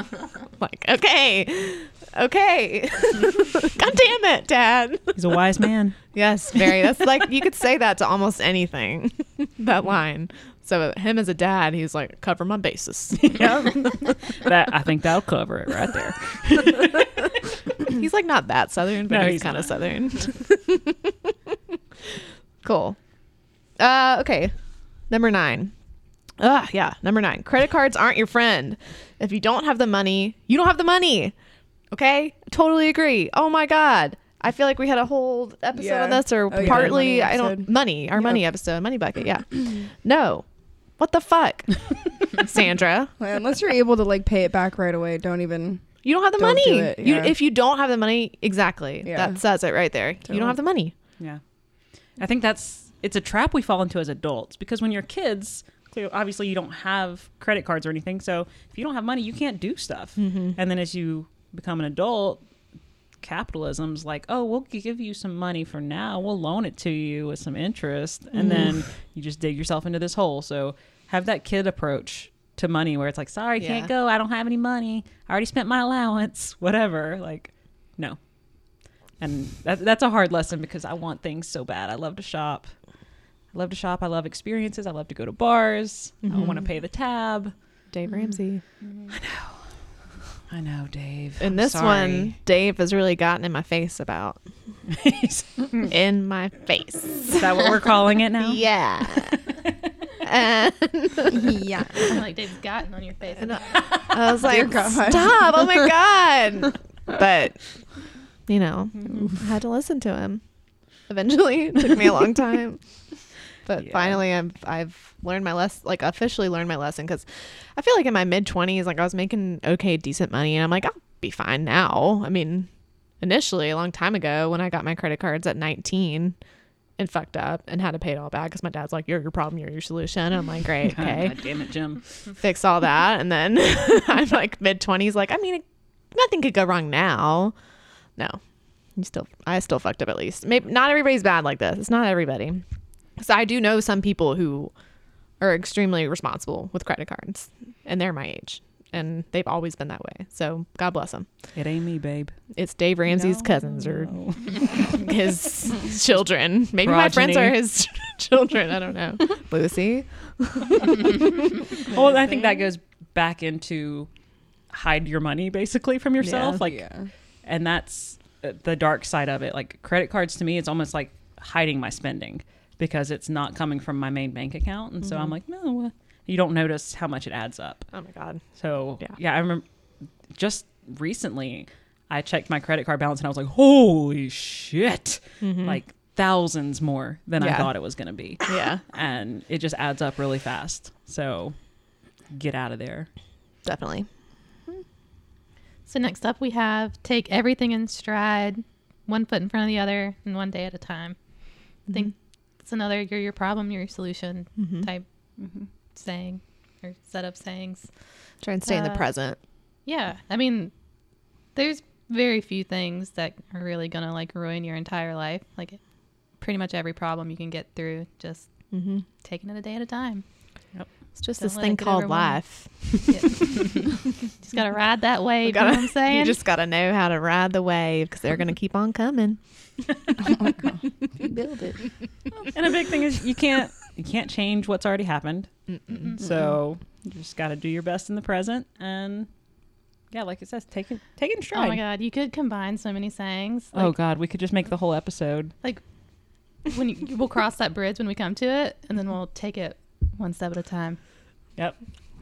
like, okay, okay. God damn it, Dad. He's a wise man. Yes, very. That's like you could say that to almost anything. that line. So him as a dad, he's like, cover my bases. That I think that'll cover it right there. he's like not that southern, but No, he's, he's kind of not. southern. cool. Uh, okay, number nine. Ah, yeah, number nine. Credit cards aren't your friend. If you don't have the money, you don't have the money. Okay, totally agree. Oh my god, I feel like we had a whole episode Yeah. on this, or Oh, yeah. partly. Money I don't episode. money. Our money episode, money bucket. Yeah. no, what the fuck, Sandra? Like, unless you're able to like pay it back right away, don't even. You don't have the Don't money. do it, yeah. you, if you don't have the money, exactly. Yeah. That says it right there. You don't Don't. have the money. Yeah. I think that's it's a trap we fall into as adults because when you're kids, clear- obviously you don't have credit cards or anything. So if you don't have money, you can't do stuff. And then as you become an adult, capitalism's like, oh, we'll g- give you some money for now. We'll loan it to you with some interest. And then you just dig yourself into this hole. So have that kid approach to money where it's like, sorry, Yeah. can't go. I don't have any money. I already spent my allowance, whatever. Like, no. And that, that's a hard lesson because I want things so bad. I love to shop. I love to shop. I love experiences. I love to go to bars. I want to pay the tab. Dave Ramsey. I know, Dave. And I'm this sorry. one, Dave has really gotten in my face about. is in my face. that what we're calling it now? Yeah. Uh, and yeah. I'm like Dave's gotten on your face. I was like, God. stop. Oh my God. But, you know, I had to listen to him eventually. It took me a long time. But Yeah. finally, I've, I've learned my lesson, like officially learned my lesson because I feel like in my mid 20s, like I was making okay, decent money. And I'm like, I'll be fine now. I mean, initially, a long time ago, when I got my credit cards at 19 and fucked up and had to pay it all back because my dad's like, You're your problem, you're your solution. And I'm like, Great, God, okay God damn it, Jim. fix all that and then i'm like mid 20s like i mean nothing could go wrong now no you still i still fucked up at least maybe not everybody's bad like this it's not everybody so i do know some people who are extremely responsible with credit cards and they're my age and they've always been that way so god bless them It ain't me, babe. it's dave ramsey's No, cousins or no. his children maybe my friends are Progeny. his children i don't know lucy well, I think that goes back into hide your money basically from yourself, Yeah. like, yeah. and that's uh, the dark side of it. Like credit cards to me, it's almost like hiding my spending because it's not coming from my main bank account, and so I'm like, no, uh, you don't notice how much it adds up. oh my god So Yeah. yeah, I remember just recently I checked my credit card balance and I was like, holy shit, Mm-hmm. like thousands more than Yeah. I thought it was going to be. yeah and it just adds up really fast. So get out of there. definitely So next up we have take everything in stride, one foot in front of the other, and one day at a time. I think it's another "you're your problem, you're your solution" Mm-hmm. type saying or set of sayings. try and stay in the Uh, present Yeah, I mean, there's very few things that are really gonna like ruin your entire life. Like, pretty much every problem you can get through just taking it a day at a time. It's just mm-hmm. Don't this let thing it get called overwhelming. life. Just gotta ride that wave. gotta- you know what I'm saying? You just got to know how to ride the wave because they're going to keep on coming. Oh Build it. And a big thing is you can't you can't change what's already happened. So you just got to do your best in the present and yeah, like it says, take it take it in oh stride. my god, you could combine so many sayings. Like, Oh, God, we could just make the whole episode. like when you, we'll cross that bridge when we come to it, and then we'll take it one step at a time. Yep.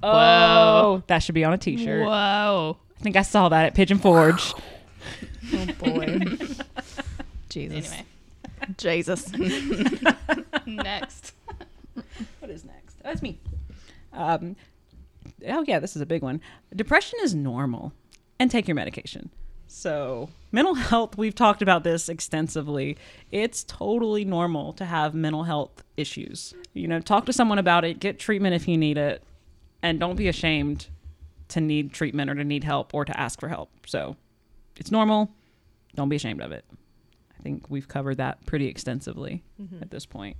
Whoa. Oh, that should be on a t-shirt. Whoa! I think I saw that at Pigeon Forge. Oh, boy. Jesus. Anyway, Mm-hmm. Jesus. next. What is next? Oh, That's me. Um, oh yeah, this is a big one. Depression is normal, and take your medication. So mental health, we've talked about this extensively. It's totally normal to have mental health issues. You know, talk to someone about it. Get treatment if you need it, and don't be ashamed to need treatment or to need help or to ask for help. So it's normal. Don't be ashamed of it. I think we've covered that pretty extensively at this point.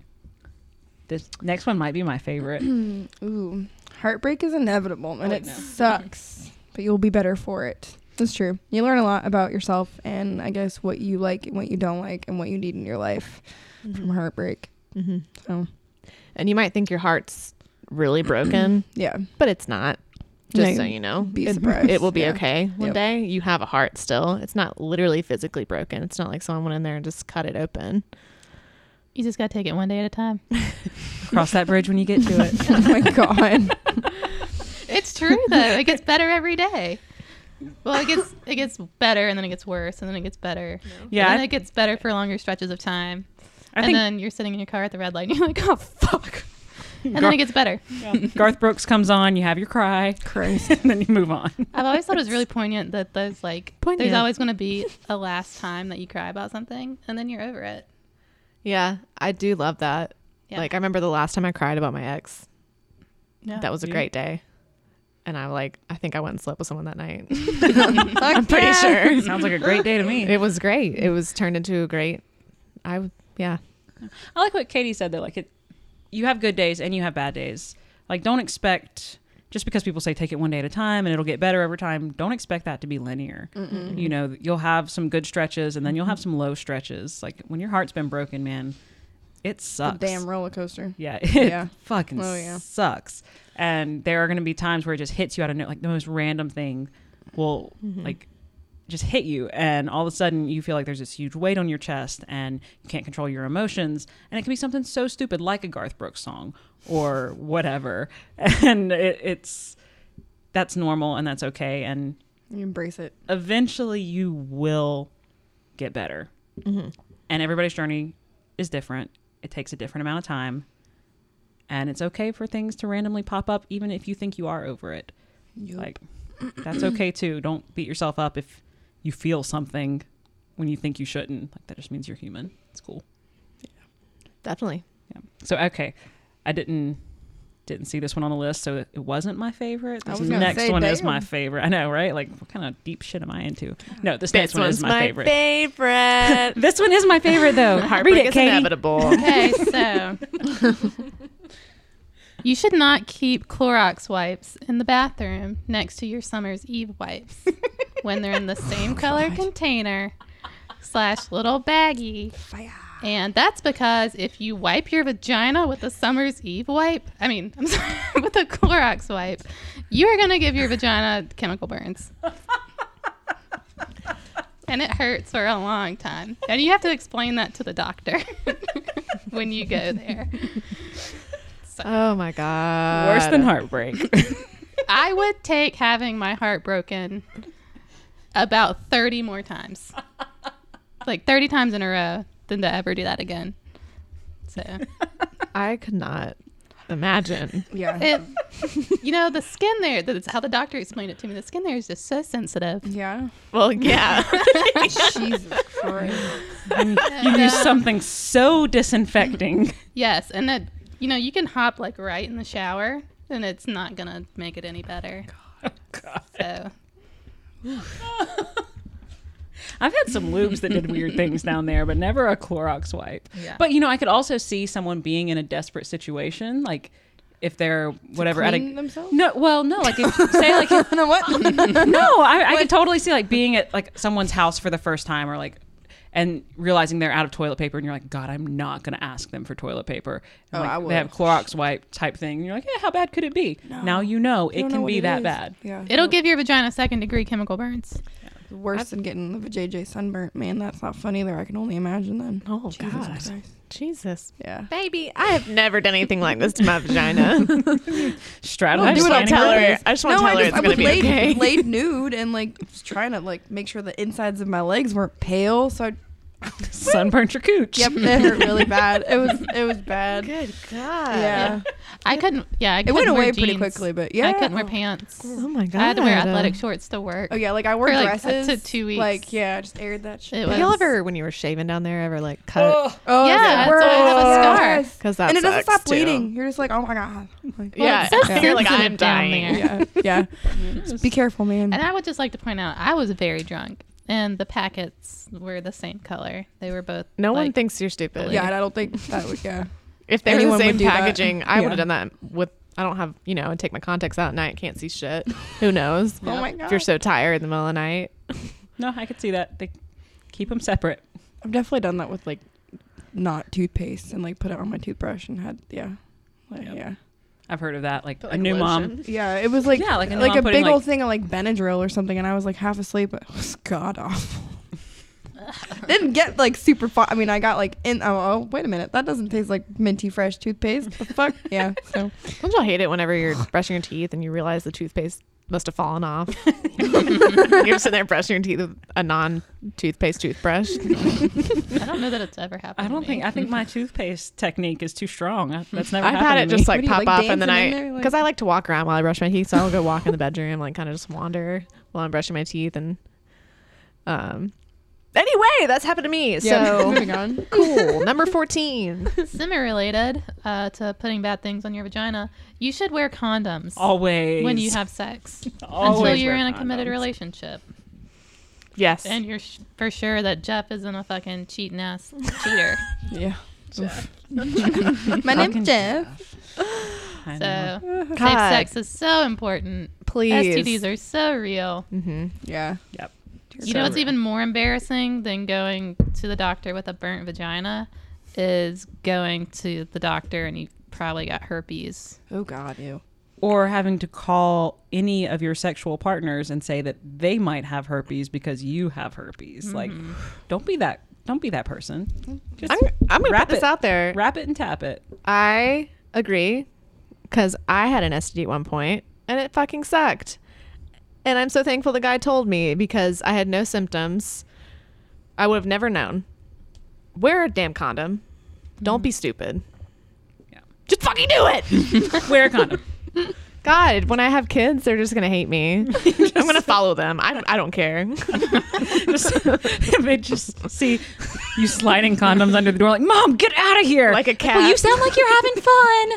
This next one might be my favorite. Hmm. Ooh, heartbreak is inevitable and Oh, it no. sucks, but you'll be better for it. That's true. You learn a lot about yourself and I guess what you like and what you don't like and what you need in your life from heartbreak. Mm-hmm. So, And you might think your heart's really broken, yeah. but it's not. Just so you know, be It- surprised. It will be Yeah. okay one Yep. day. You have a heart still. It's not literally physically broken. It's not like someone went in there and just cut it open. You just got to take it one day at a time. Cross that bridge when you get to it. oh my god. It's true though. It gets better every day. Well, it gets it gets better and then it gets worse and then it gets better. Yeah, And then I- it gets better for longer stretches of time. I and think then you're sitting in your car at the red light and you're like, "Oh fuck." And then it gets better. Garth Brooks comes on, you have your cry, Christ. and then you move on. I've always thought it was really poignant that there's like Poignant. there's always going to be a last time that you cry about something and then you're over it. Yeah, I do love that. Yeah. Like I remember the last time I cried about my ex. Yeah. That was a Yeah. great day. And I like I think I went and slept with someone that night. I'm pretty sure. Sounds like a great day to me. It was great. It was turned into a great I w- yeah. I like what Katie said though. Like it, you have good days and you have bad days. Like don't expect just because people say take it one day at a time and it'll get better over time. Don't expect that to be linear. You know, you'll have some good stretches and then you'll have some low stretches. Like when your heart's been broken, man, it sucks. Damn roller coaster. Yeah, it Yeah. fucking Oh, yeah. sucks. And there are going to be times where it just hits you out of nowhere, like the most random thing will Mm-hmm. like just hit you, and all of a sudden you feel like there's this huge weight on your chest, and you can't control your emotions, and it can be something so stupid like a Garth Brooks song or whatever, and it, it's that's normal and that's okay, and You embrace it. eventually you will get better. Mm-hmm. And everybody's journey is different. It takes a different amount of time. And it's okay for things to randomly pop up, even if you think you are over it. Like, that's okay too. Don't beat yourself up if you feel something when you think you shouldn't. Like, that just means you're human. It's cool. Definitely. Yeah. So, okay. I didn't. Didn't see this one on the list, so it wasn't my favorite. I This was gonna next say, one is my damn. favorite. I know, right? Like, what kind of deep shit am I into? No, this, next one is my, favorite. favorite. This one is my favorite though. Heartbreak Read it, is Katie. inevitable. Okay, so you should not keep Clorox wipes in the bathroom next to your summer's Eve wipes when they're in the same color container slash little baggie. And that's because if you wipe your vagina with a summer's Eve wipe, I mean, I'm sorry, with a Clorox wipe, you are going to give your vagina chemical burns. And it hurts for a long time. And you have to explain that to the doctor when you go there. Oh my god. Worse than heartbreak. I would take having my heart broken about 30 more times. Like 30 times in a row than to ever do that again. So, I could not imagine. Yeah. it, you know, the skin there, that's how the doctor explained it to me. The skin there is just so sensitive. yeah. well, yeah. Jesus Christ. you use something so disinfecting. Yes. And that, you know, you can hop like right in the shower and it's not going to make it any better. So, I've had some lubes that did weird things down there, but never a Clorox wipe. Yeah. But you know, I could also see someone being in a desperate situation, like if they're whatever at clean a themselves? no, well, no, like if, say like if, No, what? no, I, I could totally see like being at like someone's house for the first time or like and realizing they're out of toilet paper and you're like, God, I'm not gonna ask them for toilet paper. Oh, And, like, I They have would. Clorox wipe type thing. And you're like, yeah, how bad could it be? Now you know it don't can know what be it that is. bad. Yeah. it'll give your vagina second degree chemical burns. worse than getting the JJ sunburnt. Man, that's not fun either. I can only imagine then. Oh Jesus god. Christ. Jesus. Yeah. Baby, I have never done anything like this to my vagina. Straddle. I just planning want to tell her. her. I just want to tell her it's I gonna was be laid, okay. laid nude and like just trying to like make sure the insides of my legs weren't pale. So I, Sunburnt your cooch. yep, it hurt really bad. It was it was bad. Good God. Yeah, I couldn't, yeah, I it couldn't went wear away pretty jeans. quickly, but yeah, I couldn't wear pants. Oh my god. I had to wear athletic shorts to work. Oh yeah, like I wore For, like, up dresses to two weeks. Like yeah, I just aired that shit. It Have was- y'all ever, when you were shaving down there, ever like cut? Oh, Yeah, that that's why I have a works. scar. Yes. 'Cause that and it doesn't sucks, stop too. bleeding. You're just like, oh my god. Like, yeah. Well, it's so You're like, sensitive I'm down dying. there. yeah, yeah. Just be careful, man. And I would just like to point out, I was very drunk, and the packets were the same color. They were both. No one like- thinks you're stupid. yeah, and I don't think that would. Yeah, If they were the Anyone would same do that. packaging, I would have Yeah. done that with. I don't have, you know, and take my contacts out at night. Can't see shit. Who knows? Oh my If god. you're so tired in the middle of the night. No, I could see that. They keep them separate. I've definitely done that with like not toothpaste and like put it on my toothbrush and had yeah. Like, Yep. Yeah, I've heard of that. Like, a new mom. yeah. It was like Yeah, like a new like mom a putting, big like- old thing of like Benadryl or something, and I was like half asleep. But it was god awful. Didn't get like super far. I mean, I got like in. Oh, oh, wait a minute, that doesn't taste like minty fresh toothpaste. The fuck, yeah. So Don't y'all hate it whenever you're brushing your teeth and you realize the toothpaste must have fallen off? you're sitting there brushing your teeth with a non-toothpaste toothbrush. I don't know that it's ever happened. I don't think. I think my toothpaste technique is too strong. I- That's never. I've happened had to it me. just What like do you, pop like, off in the dancing in there, night like- because I like to walk around while I brush my teeth. So I'll go walk in the bedroom, like kind of just wander while I'm brushing my teeth. And um, anyway, that's happened to me. So moving on. cool. Number fourteen. Semi related uh, to putting bad things on your vagina, you should wear condoms always when you have sex until Always you're wear in a committed condoms. relationship. Yes. And you're sh- for sure that Jeff isn't a fucking cheating ass cheater. Yeah. Oof. my name's Jeff. I know. so safe God. sex is so important. please. STDs are so real. hmm Yeah. Yep. You know what's even more embarrassing than going to the doctor with a burnt vagina is going to the doctor and you probably got herpes. Oh God, you. or having to call any of your sexual partners and say that they might have herpes because you have herpes. Like, Mm-hmm. don't be that. Don't be that person. Just I'm, I'm gonna wrap put this it- out there. wrap it and tap it. I agree because I had an STD at one point and it fucking sucked. And I'm so thankful the guy told me because I had no symptoms. I would have never known. Wear a damn condom. Don't be stupid. Yeah. Just fucking do it. Wear a condom. God, when I have kids, they're just gonna hate me. I'm gonna follow them. I don't, I don't care. just, they just see you sliding condoms under the door, like, Mom, get out of here. Like a cat. Well, you sound like you're having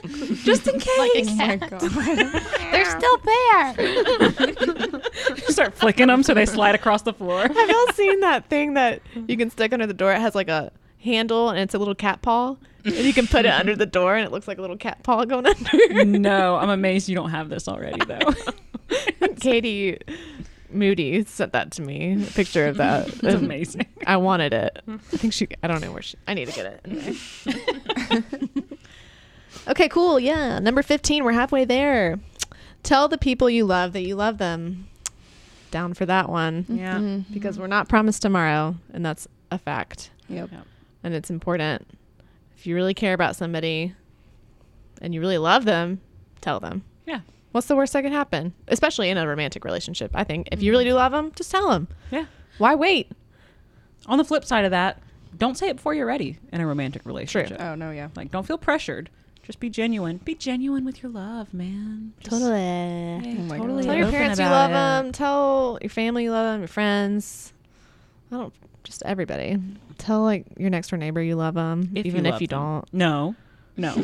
fun, just in case. Like a Oh my cat. God. They're still there. You start flicking them so they slide across the floor. Have y'all seen that thing that you can stick under the door? It has like a handle and it's a little cat paw. And you can put it under the door and it looks like a little cat paw going under. No, I'm amazed you don't have this already, though. Katie Moody sent that to me, a picture of that. It's and amazing. I wanted it. I think she, I don't know where she, I need to get it. Anyway. okay, cool. Yeah. Number 15, we're halfway there. Tell the people you love that you love them. Down for that one Yeah. Mhm. because we're not promised tomorrow, and that's a fact. Yep. and it's important. If you really care about somebody and you really love them, tell them. Yeah. What's the worst that could happen? Especially in a romantic relationship, I think. If you really do love them, just tell them. Mm-hmm. Yeah. Why wait? On the flip side of that, don't say it before you're ready in a romantic relationship. Oh no, yeah. Like, don't feel pressured. Just be genuine. Be genuine with your love, man. Just- Totally. Hey, Oh my totally God. Tell open your parents you about love it. them. Tell your family you love them, your friends. I don't, just everybody. Tell like your next door neighbor you love them, If you even if love you them. don't. No, no.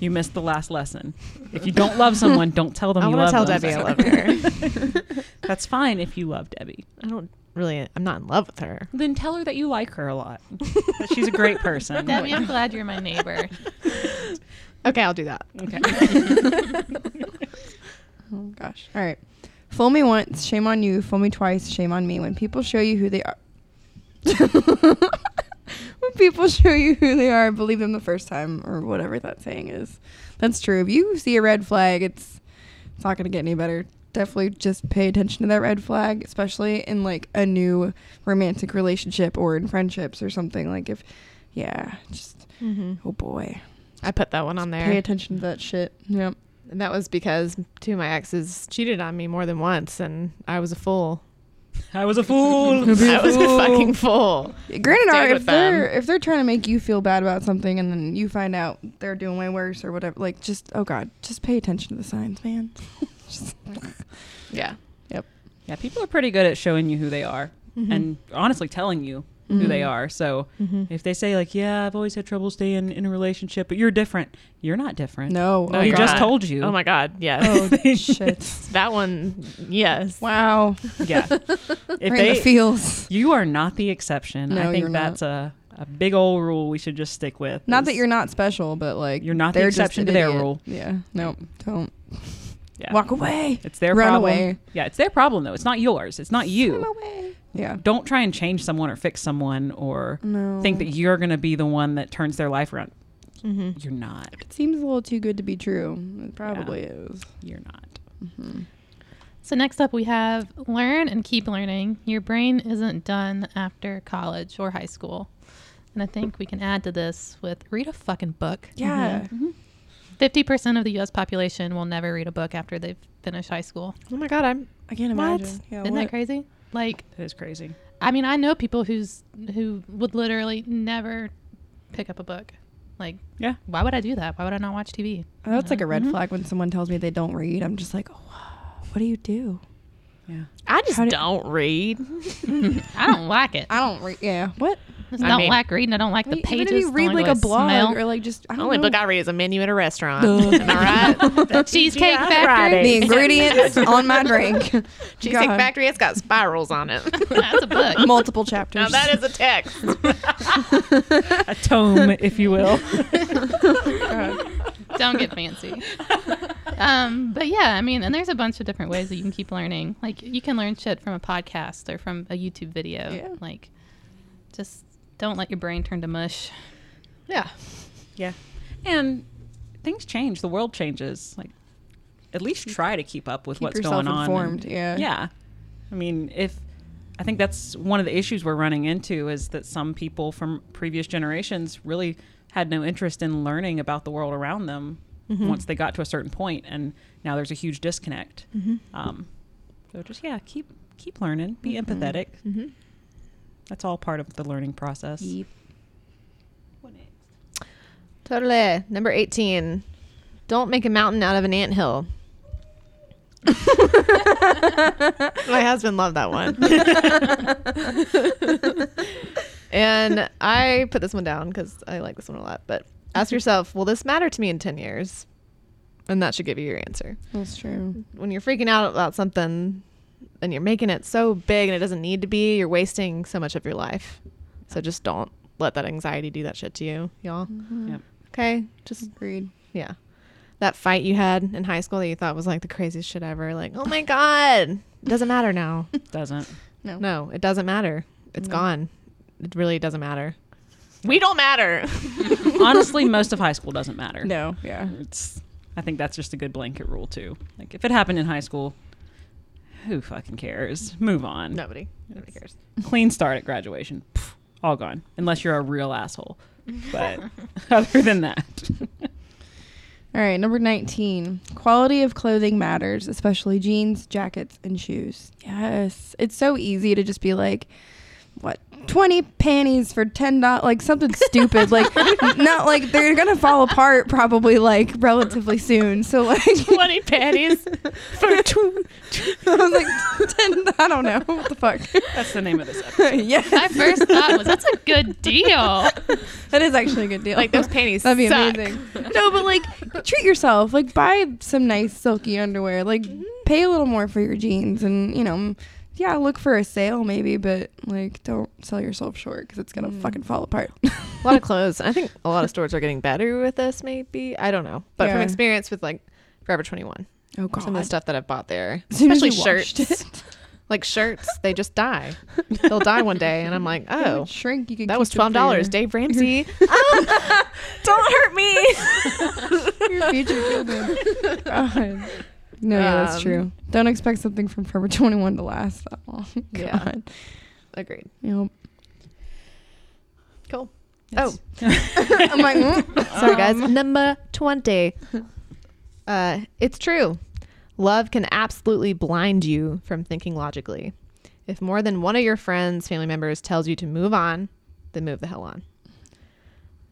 you missed the last lesson. If you don't love someone, don't tell them I you want to love tell them. Debbie I love her. That's fine if you love Debbie. I don't really, I'm not in love with her. Then tell her that you like her a lot. that she's a great person. Debbie, I'm glad you're my neighbor. Okay, I'll do that. Okay. Oh gosh. All right. Fool me once, shame on you. Fool me twice, shame on me. When people show you who they are, when people show you who they are, believe them the first time, or whatever that saying is. That's true. If you see a red flag, it's it's not gonna get any better. Definitely just pay attention to that red flag, especially in like a new romantic relationship or in friendships or something. Like if, yeah, just Mm-hmm. oh boy, I put that one on there. pay attention to that shit. Yep. And that was because two of my exes cheated on me more than once, and I was a fool. I was a fool. I was a fucking fool. Granted, Stand are with if they're them. if they're trying to make you feel bad about something and then you find out they're doing way worse or whatever, like just oh god, just pay attention to the signs, man. Just- Yeah. Yeah, people are pretty good at showing you who they are Mm-hmm. and honestly telling you who they are. So if they say like, "Yeah, I've always had trouble staying in a relationship," but you're different. You're not different. no, No, oh you god. just told you. Oh my god. Yes. oh shit, That one. Yes. wow, Yeah. If right in the they, feels. you are not the exception. No, I think you're not. that's a a big old rule we should just stick with. Not that is- you're not special, but like You're not the they're just exception an to their idiot. rule. Yeah. No, don't Yeah. walk away. It's their Run problem. away. Yeah, it's their problem though. It's not yours. It's not Swim you. away. Yeah. Don't try and change someone or fix someone or No. think that you're going to be the one that turns their life around. You're not. it seems a little too good to be true. It probably is. Mm-hmm. You're not. So next up, we have learn and keep learning. Your brain isn't done after college or high school. And I think we can add to this with read a fucking book. Yeah. Fifty percent of the U.S. population will never read a book after they've finished high school. Oh my god, I'm I can't What? imagine. Yeah, Isn't that crazy? Like, That is crazy. I mean, I know people who's who would literally never pick up a book. Like, Yeah. why would I do that? Why would I not watch TV? That's like a red Mhm. flag when someone tells me they don't read. I'm just like, oh, what do you do? Yeah. I just How do- don't read. I don't like it. I I don't read. Yeah. What? just I don't mean- like reading. I don't like the Wait, pages. even if you don't read like the a blog smell. or like just I The don't only know. book I read is a menu at a restaurant. Ugh. Am I right? Cheesecake TGI Factory. the Fridays. ingredients on my drink. Cheesecake God. Factory, it's got spirals on it. That's a book. Multiple chapters. now that is a text. A tome, if you will. don't get fancy. Um, but yeah, I mean, and there's a bunch of different ways that you can keep learning. Like you can learn shit from a podcast or from a YouTube video. Yeah. Like, just don't let your brain turn to mush. Yeah. yeah. And things change. The world changes. Like, at least try to keep up with Keep what's yourself going on. informed. and- yeah. Yeah. I mean, if I think that's one of the issues we're running into is that some people from previous generations really had no interest in learning about the world around them once they got to a certain point, and now there's a huge disconnect. Um, so just yeah, keep keep learning, be empathetic. Mhm. That's all part of the learning process. Totally. Number 18. Don't make a mountain out of an anthill. My husband loved that one. and I put this one down because I like this one a lot. But ask yourself, will this matter to me in 10 years? And that should give you your answer. That's true. When you're freaking out about something and you're making it so big and it doesn't need to be, you're wasting so much of your life. So just don't let that anxiety do that shit to you, y'all. Yep. Okay, just Agreed. yeah. That fight you had in high school that you thought was like the craziest shit ever. Like, oh my god, it doesn't matter now. Doesn't. no, it doesn't matter. It's gone. It really doesn't matter. We don't matter. Honestly, most of high school doesn't matter. No. Yeah. It's I think that's just a good blanket rule too. Like if it happened in high school, who fucking cares? Move on. Nobody. Nobody cares. Clean start at graduation. Pff, all gone. Unless you're a real asshole. But other than that. All right, number 19. Quality of clothing matters, especially jeans, jackets, and shoes. Yes. It's so easy to just be like, what, 20 panties for $10, like something stupid. like, not like they're going to fall apart probably like relatively soon. So, like, Twenty panties for two. I was like, 10, I don't know. What the fuck? That's the name of this episode. yeah, My first thought was that's a good deal. that is actually a good deal. Like those panties. That'd be suck. amazing. No, but like treat yourself. Like buy some nice silky underwear. Like Mm-hmm. pay a little more for your jeans, and you know, m- yeah, look for a sale maybe, but like don't sell yourself short because it's Mm. gonna fucking fall apart. a lot of clothes. I think a lot of stores are getting better with this. Maybe I don't know, but from Yeah. experience with like Forever Twenty One, Oh god. some of the stuff that I've bought there, As soon as especially you washed shirts. it, like shirts they just die they'll die one day and i'm like it oh would shrink. You could that keep was it for $12 your- dave ramsey Um, don't hurt me Your future children. God. No, yeah, that's Um, true. Don't expect something from Forever 21 to last that long. God. Yeah. agreed Yep. cool Yes. I'm like, mm. oh sorry guys number 20 uh it's true love can absolutely blind you from thinking logically if more than one of your friends family members tells you to move on then move the hell on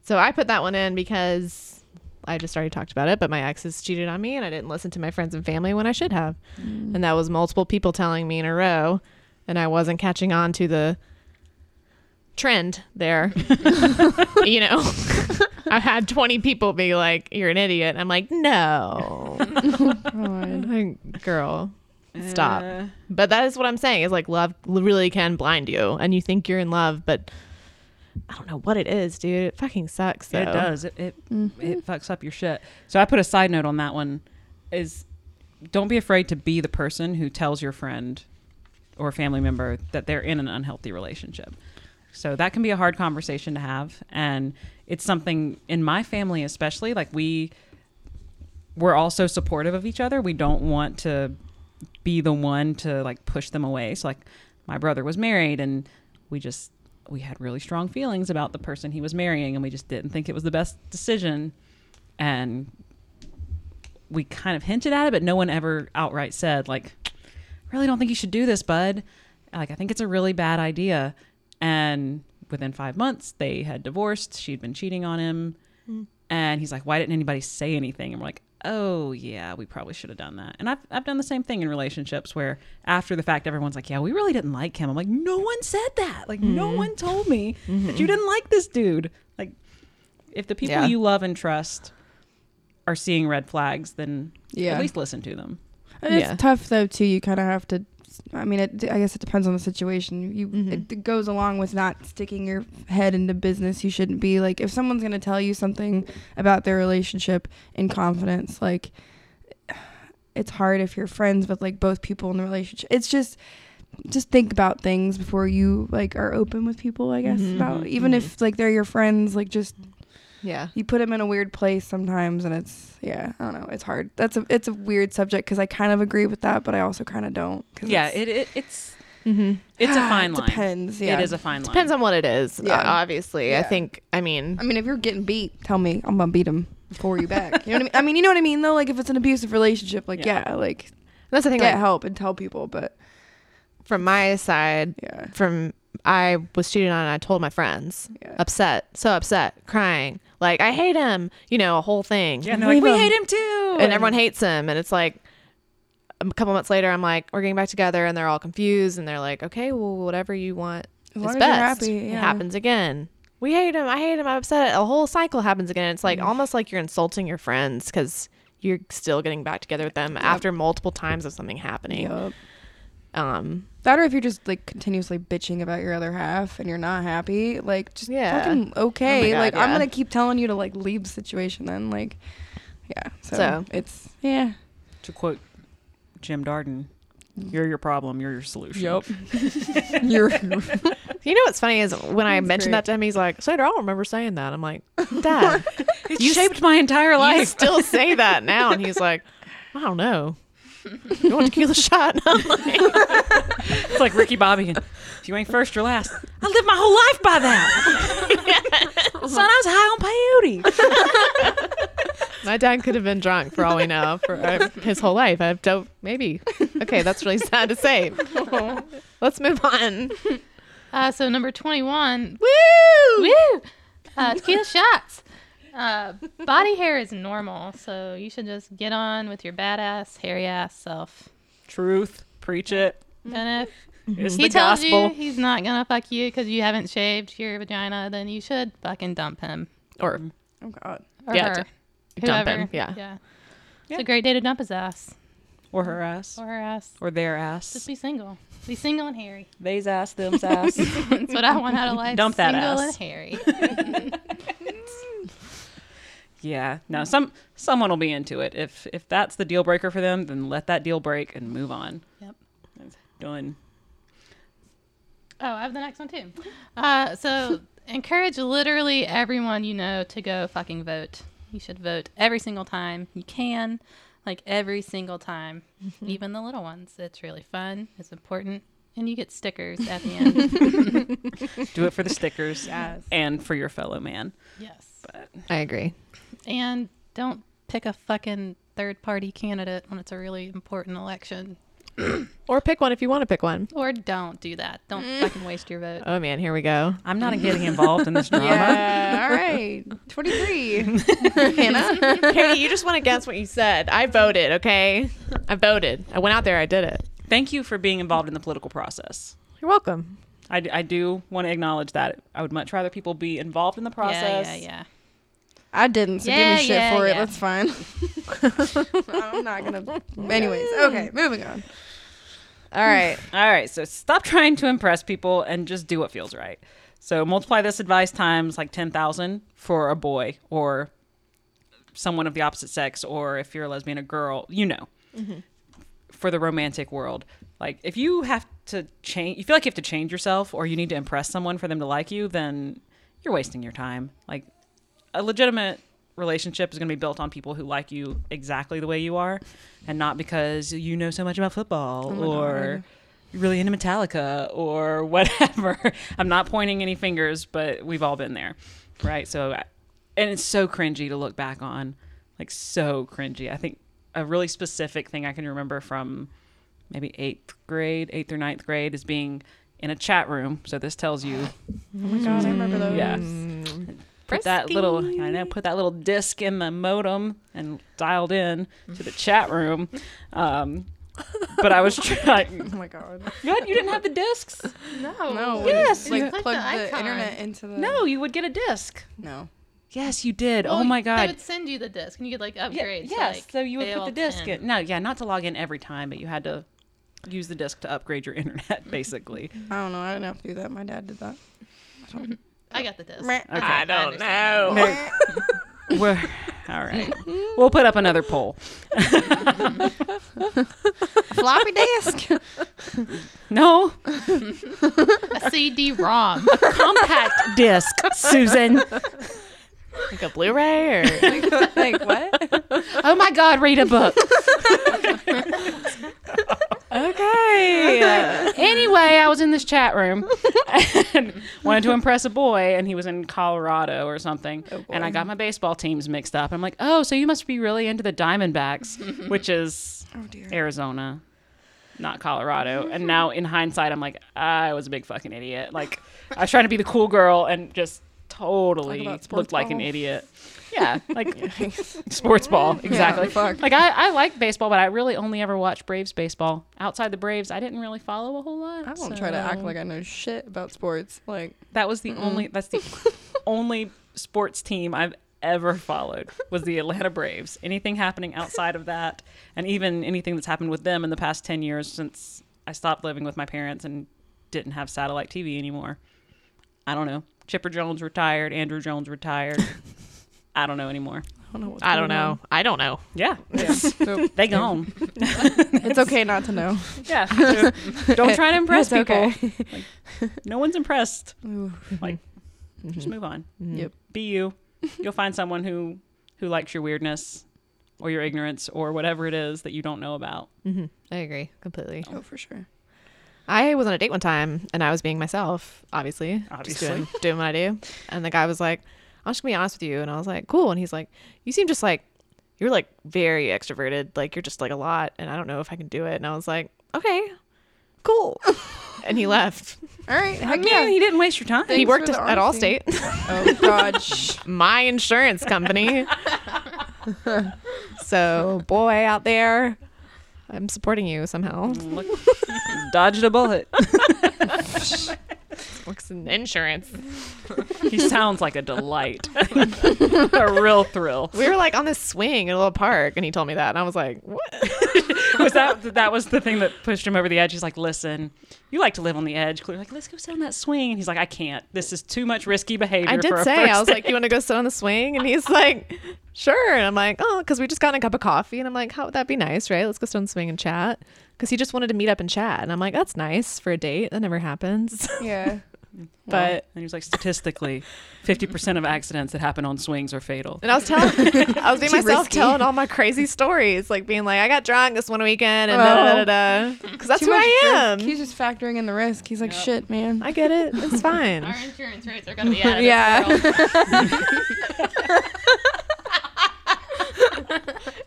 so i put that one in because i just already talked about it but my exes cheated on me and i didn't listen to my friends and family when i should have and that was multiple people telling me in a row and i wasn't catching on to the trend there you know i've had 20 people be like you're an idiot i'm like no God. Like, girl stop but that is what i'm saying is like love really can blind you and you think you're in love but I don't know what it is, dude. It fucking sucks. Though. It does. It it, Mm-hmm. it fucks up your shit. So I put a side note on that one is don't be afraid to be the person who tells your friend or family member that they're in an unhealthy relationship. So that can be a hard conversation to have and it's something in my family especially like we we're all so supportive of each other. We don't want to be the one to like push them away. So like my brother was married and we just we had really strong feelings about the person he was marrying and we just didn't think it was the best decision and we kind of hinted at it but no one ever outright said like really don't think you should do this bud like i think it's a really bad idea and within 5 months they had divorced she'd been cheating on him and he's like why didn't anybody say anything and we're like oh yeah we probably should have done that and I've, I've done the same thing in relationships where after the fact everyone's like yeah we really didn't like him i'm like no one said that like no one told me that you didn't like this dude like if the people Yeah. you love and trust are seeing red flags then Yeah. at least listen to them And it's Yeah. tough though too. You kind of have to. I mean, it, I guess it depends on the situation. You Mhm. it, goes along with not sticking your head into business. You shouldn't be like if someone's gonna tell you something about their relationship in confidence, like it's hard if you're friends with like both people in the relationship. It's just just think about things before you like are open with people. I guess Mhm. about even if like they're your friends, like just Yeah. you put them in a weird place sometimes and it's yeah i don't know it's hard that's a it's a weird subject because i kind of agree with that but i also kind of don't 'cause yeah it's- it, it it's Mm-hmm. it's a fine line depends yeah it is a fine line Depends on what it is. Yeah. uh, obviously, I Yeah. think. I mean, i mean if you're getting beat tell me i'm gonna beat him before you back you know what i mean i mean you know what i mean though like if it's an abusive relationship like Yeah. yeah, like that's the thing. get Like, help and tell people but from my side, yeah from I was cheated on. and I told my friends, Yeah. upset, so upset, crying, like I hate him. You know, a whole thing. yeah and they're like Leave we him. hate him too and everyone hates him and it's like a couple months later i'm like we're getting back together and they're all confused and they're like okay well whatever you want As is long as you're best happy, it yeah. happens again we hate him i hate him i'm upset a whole cycle happens again it's Mm. like almost like you're insulting your friends because you're still getting back together with them after multiple times of something happening Yup. um that or if you're just like continuously bitching about your other half and you're not happy like just Yeah. fucking okay God, like i'm yeah. gonna keep telling you to like leave the situation then like yeah so, So. it's yeah to quote jim darden you're your problem you're your solution you're oh you know what's funny is when i That's mentioned great. that to him he's like Slater, i don't remember saying that i'm like dad it You shaped my entire I life still say that now. And he's like, I don't know. You want tequila shot? And I'm like, It's like Ricky Bobby. and If you ain't first, you're last. I lived my whole life by that. Son, I was high on peyote. My dad could have been drunk for all we know for uh, his whole life. I don't, maybe. Okay, that's really sad to say. Let's move on. Uh, so number 21, Woo! Woo! Uh, tequila shots. Uh, body hair is normal, so you should just get on with your badass, hairy ass self. Truth. Preach it. Mm-hmm. And if It's he the tells gospel. you he's not gonna fuck you because you haven't shaved your vagina, then you should fucking dump him Or oh god or Yeah, her. dump him, whoever. yeah. Yeah. It's a great day to dump his ass Or her ass. or her ass. Or their Just ass. be single. Be single and hairy. They's ass, them's ass. That's what I want out of life. Dump that single ass. and hairy. yeah. No, some someone will be into it. If if that's the deal breaker for them, then let that deal break and move on. Yep. Done. Oh, I have the next one too. Uh, so encourage literally everyone you know to go fucking vote. You should vote every single time you can, like every single time, Mm-hmm. even the little ones. It's really fun. It's important, and you get stickers at the end. Do it for the stickers yes. and for your fellow man. Yes. I agree. And don't pick a fucking third party candidate when it's a really important election, Or pick one if you want to pick one. or don't do that. Don't Mm. fucking waste your vote. Oh man, here we go. I'm not getting involved in this drama. Yeah. All right. 23. Hannah. Katie, you just want to guess what you said. I voted, okay? I voted. I went out there, I did it. Thank you for being involved in the political process. You're welcome. I, d- I do want to acknowledge that. I would much rather people be involved in the process. Yeah, yeah, yeah. I didn't, so Yeah, give me shit yeah, for it. yeah. That's fine. I'm not going to. Anyways, okay, moving on. All right. All right, so stop trying to impress people and just do what feels right. So multiply this advice times like 10,000 for a boy or someone of the opposite sex, or if you're a lesbian, a girl, you know, for the romantic world. Like, if you have to change, you feel like you have to change yourself or you need to impress someone for them to like you, then you're wasting your time. Like, a legitimate relationship is going to be built on people who like you exactly the way you are and not because you know so much about football or you're really into Metallica or whatever. I'm not pointing any fingers, but we've all been there, right? So, and it's so cringy to look back on, like so cringy. I think a really specific thing I can remember from maybe eighth grade, eighth or ninth grade, is being in a chat room. So this tells you Oh my god, I remember those. yeah. Mm, Put that little I know, put that little disc in the modem and dialed in to the chat room. Um, but I was trying. Oh my god. What? You didn't have the discs? No. No. Yes. Like You Oh, click plug the the, icon. internet into the. No, you would get a disc. No. Yes, you did. oh my They god. would send you the disc, and you could like Yeah, upgrade. to, yes. like, so you would put the disc AOL10. in. No, yeah, not to log in every time, but you had to use the disc to upgrade your internet, basically. I don't know. I didn't have to do that. My dad did that. I got the disc. I don't know. We're all right. We'll put up another poll. Floppy disk. No, A CD-ROM. compact disc, Susan. Like a Blu-ray or like what? Oh my God, read a book. Okay. anyway, I was in this chat room and wanted to impress a boy, and he was in Colorado or something. Oh, and I got my baseball teams mixed up. I'm like, oh, so you must be really into the Diamondbacks, which is oh dear. Arizona, not Colorado. And now in hindsight, I'm like, I was a big fucking idiot. Like, I was trying to be the cool girl and just totally Talk about sports looked like an ball. idiot. Yeah, like sports ball, exactly. fuck. Like I, I like baseball, but I really only ever watched Braves baseball. Outside the Braves, I didn't really follow a whole lot. I won't try to act so- like I know shit about sports. Like that was the only. That's the only sports team I've ever followed was the Atlanta Braves. Anything happening outside of that, and even anything that's happened with them in the past ten years since I stopped living with my parents and didn't have satellite TV anymore. I don't know. Chipper Jones retired. Andrew Jones retired. I don't know anymore. I don't know. What's I don't going know. I don't know. Yeah, on. Nope. they gone. it's okay not to know. Yeah, don't try to impress It's people. okay. No one's impressed. Ooh. Mm-hmm. Like, just move on. Mm-hmm. Yep. Be you. You'll find someone who who likes your weirdness or your ignorance or whatever it is that you don't know about. Mm-hmm. I agree completely. Oh, for sure. I was on a date one time and I was being myself, obviously. Just Obviously. doing, doing what I do. And the guy was like, I'm just gonna be honest with you. And I was like, cool. And he's like, you seem just like, you're like very extroverted. Like you're just like a lot. And I don't know if I can do it. And I was like, okay, cool. and he left. All right. I Heck mean, yeah. he didn't waste your time. he Thanks worked for the at honesty. Oh Allstate, God. Shh. my insurance company. so, boy out there, I'm supporting you somehow. Look, dodged a bullet. Works in insurance. He sounds like a delight. a real thrill. We were like on this swing in a little park, and he told me that, and I was like, "What?" Was that that was the thing that pushed him over the edge? He's like, "Listen, you like to live on the edge." Clearly, like, "Let's go sit on that swing." And he's like, "I can't. This is too much risky behavior." I did for a say, first I was date." like, "You want to go sit on the swing?" And he's like, "Sure." And I'm like, "Oh, because we just got a cup of coffee." And I'm like, "How would that be nice, right? Let's go sit on the swing and chat." Because he just wanted to meet up and chat, and I'm like, "That's nice for a date. That never happens." Yeah. but And he was like, statistically, 50% of accidents that happen on swings are fatal. and I was telling, I was being Too myself risky. telling all my crazy stories, like being like, "I got drunk this one weekend," and Oh. da da da da, because that's Too who much I am. risk. He's just factoring in the risk. He's like, Yep. shit, man. I get it. It's fine. Our insurance rates are gonna be out of Yeah. yeah. this world.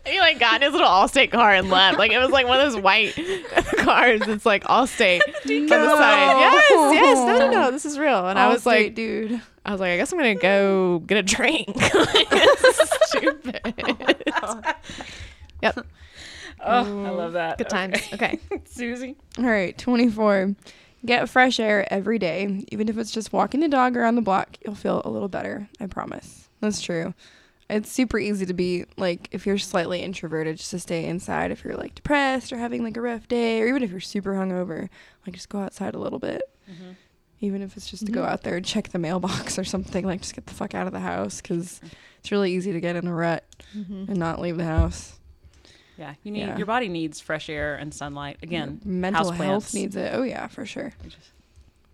And he like got in his little Allstate car and left. Like it was like one of those white cars. It's like Allstate on the side. Yes, yes, no, no, no. This is real. And I was like, dude. I was like, I guess I'm gonna go get a drink. This is Stupid. yep. Oh, I love that. Good times. Okay. Susie. All right, 24. Get fresh air every day. Even if it's just walking the dog around the block, you'll feel a little better. I promise. That's true. It's super easy to be like, if you're slightly introverted, just to stay inside. If you're like depressed or having like a rough day, or even if you're super hungover, like just go outside a little bit. even if it's just to go out there and check the mailbox or something. Like, just get the fuck out of the house because it's really easy to get in a rut Mm-hmm. and not leave the house. Yeah, you need Yeah. your body needs fresh air and sunlight. Again, mental houseplants. health needs it. Oh yeah, for sure. You just-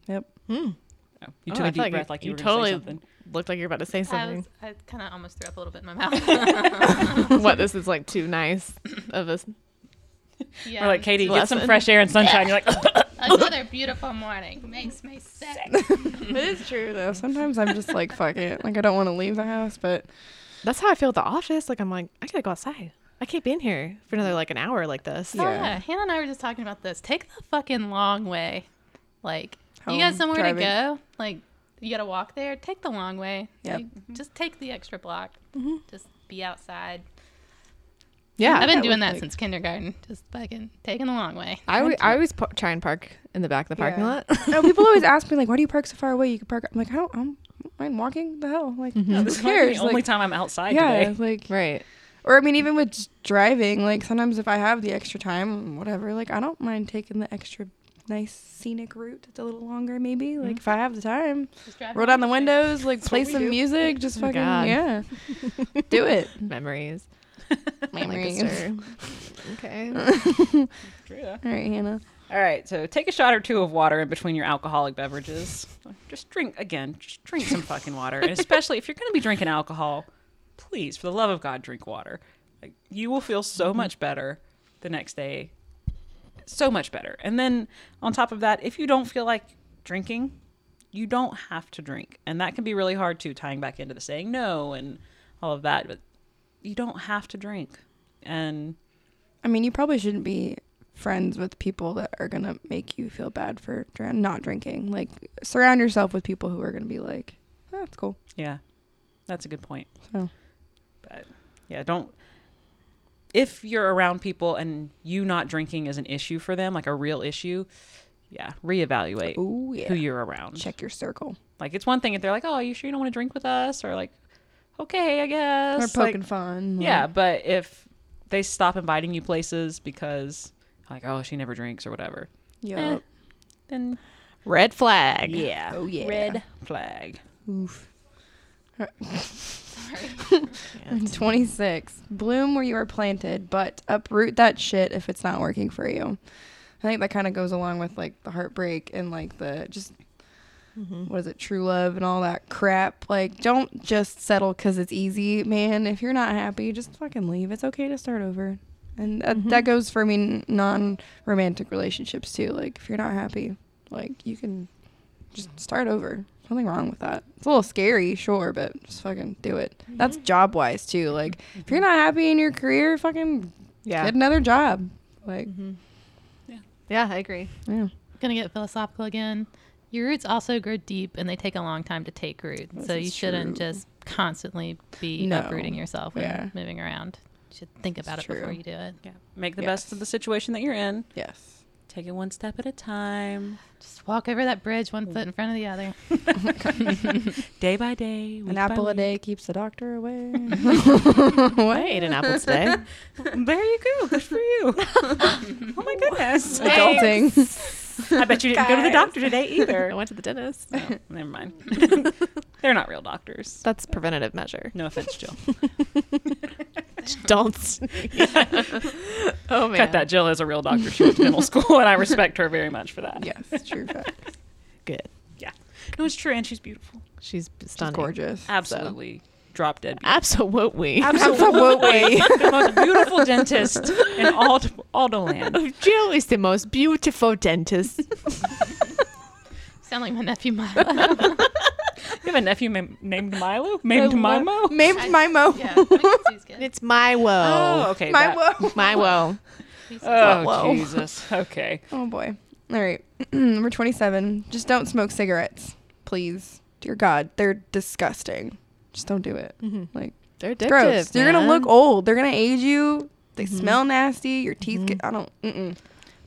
Yep. Mm-hmm. Oh, you Oh, took I a thought deep you- breath like you, you were totally. totally- Looked like you're about to say I, something. kind of almost threw up a little bit in my mouth. what this is like too nice of us. yeah. Or like Katie, get some Lesson. fresh air and sunshine. You're like, Another beautiful morning makes me sick. it is true though. Sometimes I'm just like fuck it. Like I don't want to leave the house, but That's how I feel at the office. Like I'm like I gotta go outside. I can't be in here for another like an hour like this. Yeah. Yeah. Hannah and I were just talking about this. Take the fucking long way. Like, you Home, got somewhere driving. to go? Like, you got to walk there? Take the long way. Yep. Like, just take the extra block. Mm-hmm. Just be outside. Yeah, I've been that doing was that like- since kindergarten. Just fucking taking the long way. I, w- I always pa- try and park in the back of the parking Yeah. lot. no, people always ask me like, why do you park so far away? You could park. I'm like, I don't. I'm, I'm walking. The hell, like "Oh, who this might be cares? the only Like, time I'm outside yeah, today. like right. Or I mean, even with just driving, like sometimes if I have the extra time, whatever, like I don't mind taking the extra nice scenic route that's a little longer, maybe. Like if I have the time, Just drive roll down the around. windows, like play what we some do. music, just fucking God. yeah, do it. Memories. I like Memories. this story. okay. Yeah. All right, Hannah. All right, so take a shot or two of water in between your alcoholic beverages. Just drink again. Just drink some fucking water, and especially if you're going to be drinking alcohol, please, for the love of God, drink water. Like, you will feel so much better the next day, so much better. And then on top of that, if you don't feel like drinking, you don't have to drink, and that can be really hard too. Tying back into the saying no and all of that, but you don't have to drink, and I mean, you probably shouldn't be friends with people that are gonna make you feel bad for dr- not drinking. Like surround yourself with people who are gonna be like, oh, that's cool. Yeah, that's a good point. So. but yeah, don't. If you're around people and you not drinking is an issue for them, like a real issue, yeah, reevaluate Oh yeah. who you're around. Check your circle. Like it's one thing if they're like, "Oh, you sure you don't want to drink with us?" or like, "Okay, I Or guess." poking Like, fun. like- yeah, but if they stop inviting you places because like, "Oh, she never drinks" or whatever, Yup. then Red flag. yeah, Oh, yeah. Eh, red flag. Oof. I'm 26. Bloom where you are planted, but uproot that shit if it's not working for you. I think that kind of goes along with like the heartbreak and like the just what is it, true love and all that crap. Like, don't just settle because it's easy, man. If you're not happy, just fucking leave. It's okay to start over. And that, that goes for me non romantic relationships too. Like, if you're not happy, like, you can just start over. Nothing wrong with that. It's a little scary, sure, but just fucking do it. That's job wise too. Like if you're not happy in your career, fucking Yeah. get another job. Like Yeah, I agree. yeah, gonna get philosophical again. Your roots also grow deep, and they take a long time to take root. This so you is shouldn't true. just constantly be No. uprooting yourself and Yeah. moving around. You should think about It's it before true. you do it. Yeah, make the best of the situation that you're in. yes. Take it one step at a time. Just walk over that bridge, one foot in front of the other. day by day. An apple a day keeps the doctor away. What? I ate an apple today. There you go. Good for you. oh my goodness. Adulting. I bet you didn't go to the Guys. doctor today I either. went to the dentist. No, never mind. They're not real doctors. That's preventative measure. No offense, Jill. Don't. oh man. Cut that. Jill is a real doctor. She went to dental school, and I respect her very much for that. yes, true fact. Good. No, it's true, and she's beautiful. She's She's stunning. gorgeous. Absolutely drop dead beautiful. Absolutely. Absolutely. the most beautiful dentist in all Aldo land. Jill is the most beautiful dentist. Sound like my nephew Milo. You have a nephew mam- named Milo? Named Mimo? Named Mimo. yeah, I think he's good. it's my Oh, woe. okay. that- Mimo. My woe. He's Oh, Whoa. Jesus. Okay. Oh boy. All right. Number 27. Just don't smoke cigarettes, please. Dear God, they're disgusting. Just don't do it. Like Mm-hmm. They're addictive. gross. You're gonna man. look old. They're gonna age you. They smell nasty. Your teeth get. I don't. Mm-mm.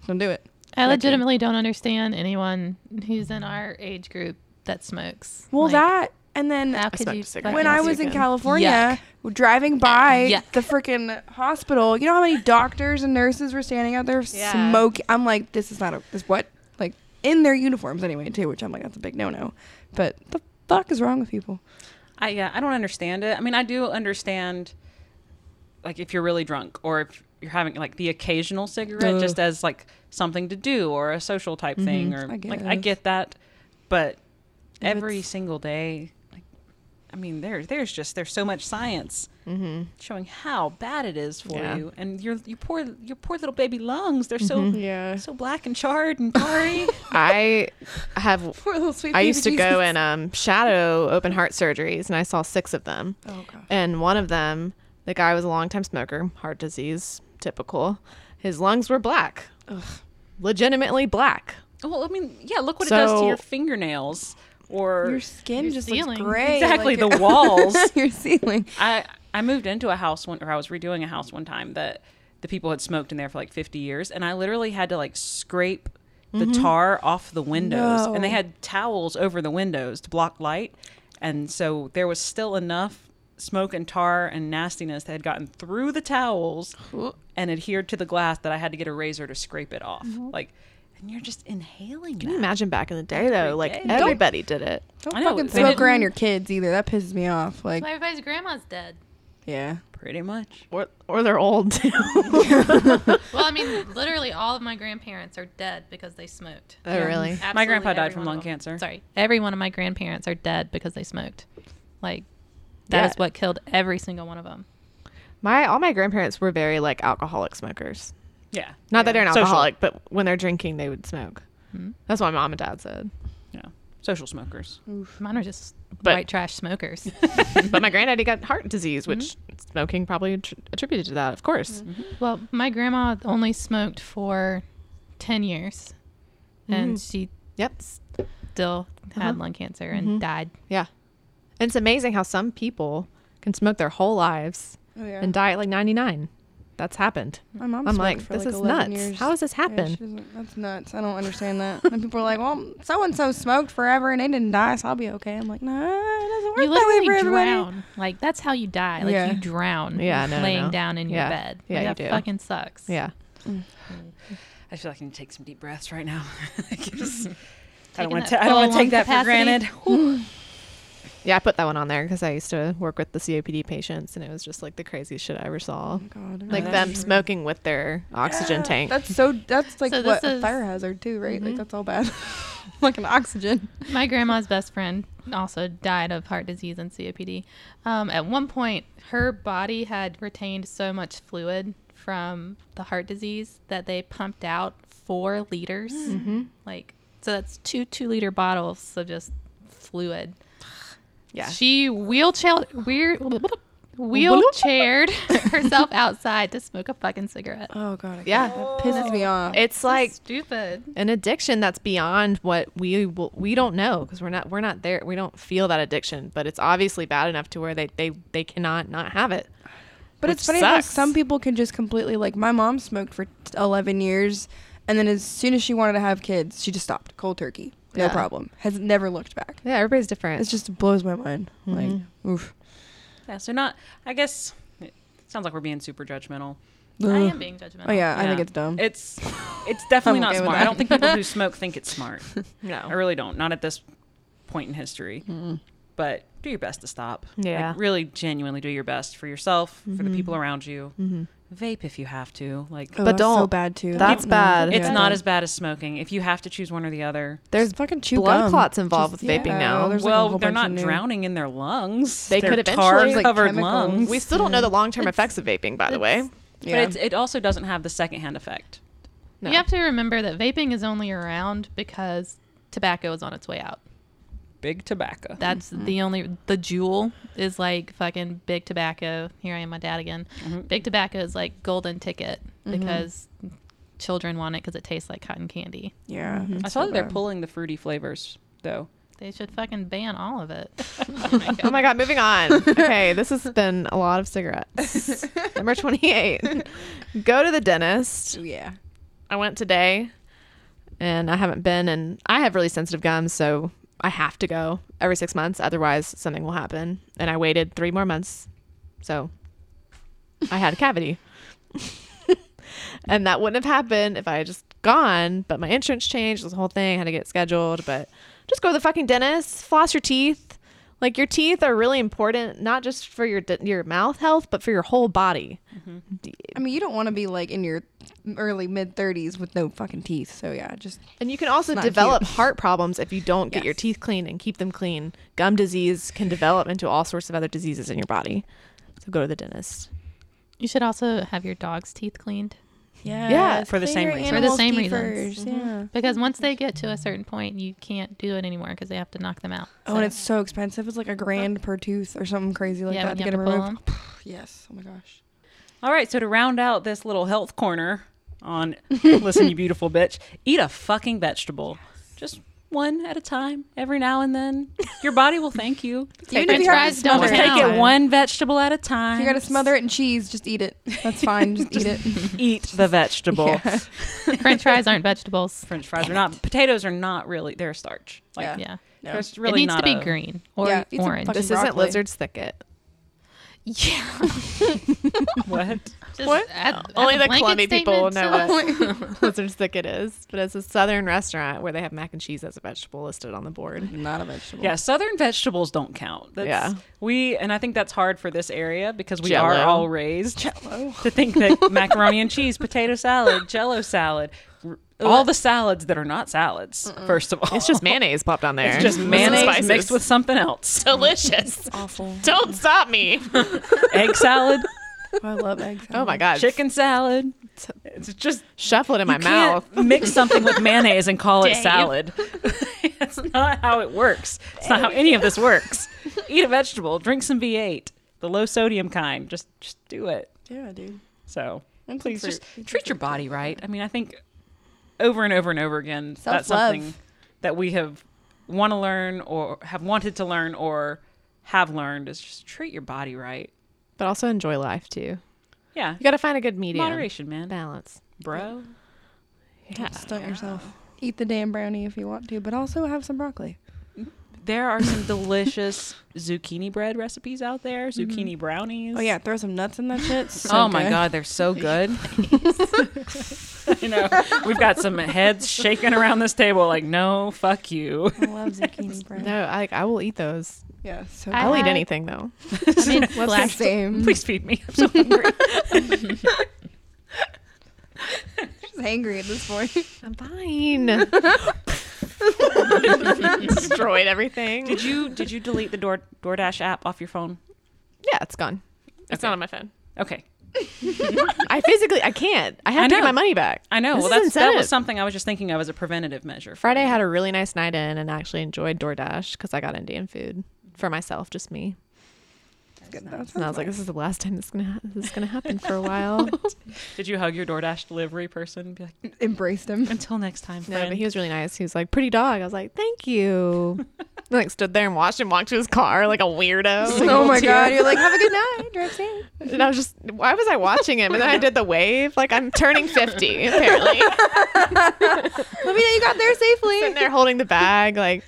Don't do it. I legitimately don't understand anyone who's in our age group that smokes. Well, Like, that and then how smoked could a you? cigarette fucking when I was in Yuck. California, driving by Yuck. the freaking hospital, you know how many doctors and nurses were standing out there Yeah. smoke. I'm like, this is not a. This what? Like, in their uniforms anyway too, which I'm like that's a big no no. But the fuck is wrong with people? I yeah, I don't understand it. I mean, I do understand like if you're really drunk or if you're having like the occasional cigarette Ugh. Mm-hmm. just as like something to do or a social type thing or I like I guess. get that, but If every it's- single day like I mean, there there's just there's so much science Mm-hmm. showing how bad it is for Yeah. you and your you poor your poor little baby lungs, they're so Mm-hmm. Yeah. so black and charred and tarry. I have. Poor little sweet. I used to go and um, shadow open heart surgeries, and I saw six of them. Oh god. And one of them, the guy was a longtime smoker, heart disease, typical. His lungs were black, legitimately black. well, I mean, yeah, look what it does to So- your fingernails or Your skin Your just ceiling. looks gray. Exactly, like uh, the your- walls. your ceiling. I I moved into a house one, or I was redoing a house one time that the people had smoked in there for like 50 years, and I literally had to like scrape the tar off the windows, and they No. had towels over the windows to block light, and so there was still enough smoke and tar and nastiness that had gotten through the towels and adhered to the glass that I had to get a razor to scrape it off, like. And you're just inhaling Can you that. imagine back in the day though? Like day. everybody did it. I Don't know, fucking they smoke didn't- around your kids either. That pisses me off. Like, That's why everybody's grandma's dead. yeah. Pretty much. Or, or they're old too. Well, I mean, literally all of my grandparents are dead because they smoked. oh, really? My Absolutely grandpa died every from one of lung them. cancer. Sorry, every one of my grandparents are dead because they smoked. Like that is Yeah. what killed every single one of them. My all my grandparents were very like alcoholic smokers. Yeah. Not that they're an Social. alcoholic, but when they're drinking, they would smoke. That's what my mom and dad said. Yeah. Social smokers. Mine are just But- white trash smokers. but my granddaddy got heart disease, which smoking probably attr- attributed to that, of course. well, my grandma only smoked for ten years, and Mm-hmm. she Mm-hmm. Yep. still Uh-huh. had lung cancer and Mm-hmm. died. Yeah. And it's amazing how some people can smoke their whole lives Oh yeah. and die at like 99. That's happened. My mom. I'm smoked like, for this like is 11 nuts. Years. How does this Yeah, happen? she doesn't- that's nuts. I don't understand that. and people are like, well, so and so smoked forever and they didn't die, so I'll be okay. I'm like, no, it doesn't work that way for You literally everybody. drown. Like that's how you die. Like Yeah. you drown. Yeah, no, no, laying no. down in Yeah. your bed. Yeah, Like, you that do. fucking sucks. Yeah. I feel like I need to take some deep breaths right now. I just- I Taking don't want that to. I don't want full to take lung that for capacity. granted. Yeah, I put that one on there because I used to work with the COPD patients and it was just like the craziest shit I ever saw. God, I Like really- them smoking with their oxygen tank. That's so. That's like So this what a is- fire hazard too, right? Like that's all bad. like an oxygen. My grandma's best friend also died of heart disease and COPD. Um, at one point, her body had retained so much fluid from the heart disease that they pumped out four liters. Mm-hmm. Like, so that's two two liter bottles of just fluid. Yeah. She wheelchair weir- wheelchaired herself outside to smoke a fucking cigarette. Oh god. I Yeah. can't- That pisses me off. It's like Stupid. an addiction that's beyond what we will, we don't know because we're not we're not there we don't feel that addiction but it's obviously bad enough to where they they, they cannot not have it But which it's funny how sucks. some people can just completely like. My mom smoked for t- 11 years, and then as soon as she wanted to have kids, she just stopped cold turkey. No Yeah. problem. Has never looked back. yeah Mm-hmm. everybody's different It just blows my mind. Like, oof. Yeah, so not. I guess it sounds like we're being super judgmental. I Ugh. am being judgmental. Oh yeah, I think Yeah. it's dumb. It's it's definitely I'm not okay with smart. I that. don't think people who smoke think it's smart. I no really don't. Not at this point in history. But do your best to stop. Like, Yeah. really, genuinely do your best for yourself, for Mm-hmm. the people around you. Mm-hmm. Vape if you have to. Like. Oh, But that's so don't. bad too. That's No, bad. it's yeah. not as bad as smoking. If you have to choose one or the other, there's Just fucking chew blood gum. clots involved Just- with vaping yeah, now there's, like, a well, whole they're bunch not of new- drowning in their lungs. They They're could eventually- Like covered chemicals. lungs. we still don't know the long-term effects of vaping by the way Yeah. But it's, it also doesn't have the secondhand effect. no. You have to remember that vaping is only around because tobacco is on its way out. Big tobacco. That's the only the jewel is like fucking big tobacco. Here I am, my dad again. Big tobacco is like golden ticket because children want it because it tastes like cotton candy. yeah. I Mm-hmm. it's saw so that they're bad. pulling the fruity flavors, though. They should fucking ban all of it. oh my god moving on okay this has been a lot of cigarettes number 28 go to the dentist Oh, Yeah. I went today and I haven't been and I have really sensitive gums, so I have to go every six months, otherwise something will happen. And I waited three more months. So I had a cavity. and that wouldn't have happened if I had just gone, but my insurance changed. This whole thing I had to get scheduled. But just go to the fucking dentist, floss your teeth. Like your teeth are really important, not just for your d- your mouth health, but for your whole body. I mean, you don't want to be like in your early mid 30s with no fucking teeth. So yeah, just And you can also not develop heart problems if you don't get your Yes. teeth clean and keep them clean. Gum disease can develop into all sorts of other diseases in your body. So go to the dentist. You should also have your dog's teeth cleaned yeah, for the same reason. For the same reasons. Mm-hmm. Yeah. because once they get to a certain point, you can't do it anymore because they have to knock them out. Oh, and it's so expensive. It's like a grand per tooth or something crazy like yeah, that when to you get have them to pull removed. 'em. Yes. Oh my gosh. All right, so to round out this little health corner on listen, you beautiful bitch, eat a fucking vegetable, just one at a time, every now and then. Your body will thank you. Even French if you have fries to don't smother Just it. count. take it one vegetable at a If time. you gotta smother it in cheese, just eat it. That's fine. Just eat it. eat the vegetable. Yeah. French fries aren't vegetables. French fries are not. Potatoes are not really. They're starch. Like Yeah. Yeah, No. there's really it needs to not be a- green or Yeah, eat some orange. fucking This isn't broccoli. Lizard's Thicket. yeah, What? Just What? add- add Only a the blanket Columbia people will know statement to it. what Lizard's Thicket is. But it's a southern restaurant where they have mac and cheese as a vegetable listed on the board. Not a vegetable. Yeah, southern vegetables don't count. That's, Yeah. we and I think that's hard for this area because we Jell-O. are all raised to think that macaroni and cheese, potato salad, Jello salad, r- all the salads that are not salads. First of all, It's just mayonnaise popped on there. It's just With some mayonnaise spices. mixed with something else. delicious. Awful. Don't stop me. Egg salad, I love eggs. Oh my god. chicken salad. It's just Shuffle it in my you mouth. can't mix something with mayonnaise and call it Dave. salad. That's not how it works. It's not how any of this works. Eat a vegetable, drink some V8, the low sodium kind. Just just do it. Yeah, dude. So And some please just fruit. treat your body right. I mean, I think over and over and over again, that's Self-love. something that we have want to learn or have wanted to learn or have learned is just treat your body right. But also enjoy life too. Yeah. You gotta find a good medium. Moderation, man. Balance. Bro. Yeah. Stunt yourself. Eat the damn brownie if you want to, but also have some broccoli. There are some delicious zucchini bread recipes out there, zucchini brownies. Oh yeah, throw some nuts in that shit. So oh my good. god, they're so good. I know. We've got some heads shaking around this table like, "No, fuck you." I love zucchini bread. No, I I will eat those. Yeah, so I I'll had- eat anything though. I made good. black- same. Please feed me. I'm so hungry. Just hangry at this point. I'm fine. Destroyed everything. Did you did you delete the Door DoorDash app off your phone? yeah, it's gone. It's Okay. not on my phone. Okay, I physically I can't. I have I to get know. my money back. I know. This well, is that's that was incentive. something I was just thinking of as a preventative measure. Friday I had a really nice night in and actually enjoyed DoorDash because I got Indian food for myself, just me. And I was like, this is the last time this is gonna ha- this is gonna happen for a while. Did you hug your DoorDash delivery person? Be like, embraced him. until next time, No, friend. but he was really nice. He was like, "Pretty dog." I was like, "Thank you." And, like stood there and watched him walk to his car like a weirdo. oh my god, you're like, have a good night. Drive safe. And I was just, why was I watching him? And then I did the wave. Like I'm turning fifty apparently. Let me know you got there Sitting safely. there holding the bag, like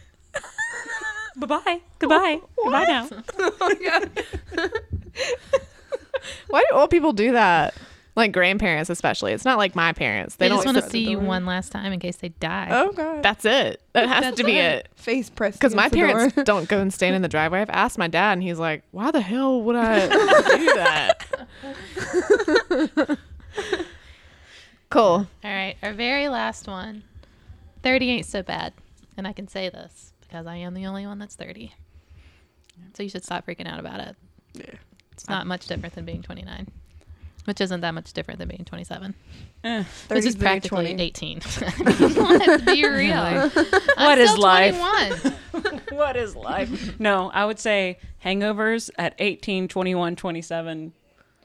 bye bye, goodbye, goodbye now. why do old people do that? Like grandparents especially. It's not like my parents. They, They, don't just want to sit- see you one last time in case they die. Oh god. That's it. That has That's to be it. it. Face pressed. Because my against the parents door. don't go and stand in the driveway. I've asked my dad, and he's like, "Why the hell would I do that?" cool. All right, our very last one. 30 ain't so bad. And I can say this because I am the only one that's 30. So you should stop freaking out about it. Yeah. It's not much different than being 29, which isn't that much different than being 27. Eh, This 30's is the new practically 20. 18. Let's be real. What is is life? 21. what is life? no, I would say hangovers at 18, 21, 27,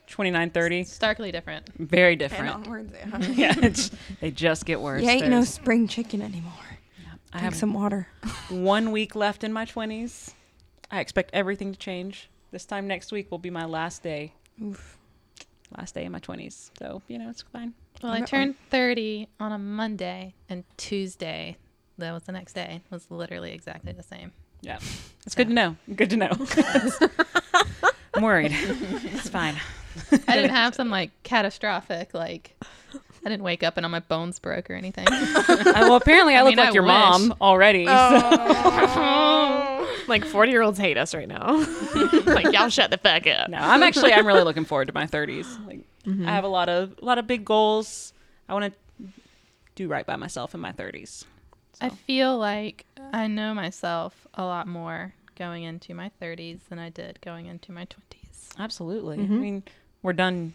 29, 30, Starkly different. very And different. onwards, yeah. Yeah, it's, they just get worse. You ain't no There's- spring chicken anymore. I Drink have some water. one week left in my 20s. I expect everything to change. This time next week will be my last day. Oof. Last day in my 20s. So, you know, it's fine. Well, I Uh-oh. turned 30 on a Monday, and Tuesday, that was the next day, was literally exactly the same. Yeah. It's good to know. Good to know. I'm worried. It's fine. I didn't have some like catastrophic like I didn't wake up and all my bones broke or anything. I- Uh, well, apparently I, I look mean, like I your wish. mom already. like 40 year olds hate us right now. like, y'all shut the fuck up. No, I'm actually I'm really looking forward to my 30s. Like I have a lot of a lot of big goals. I want to do right by myself in my 30s. I feel like I know myself a lot more going into my 30s than I did going into my 20s. Absolutely. I mean, we're done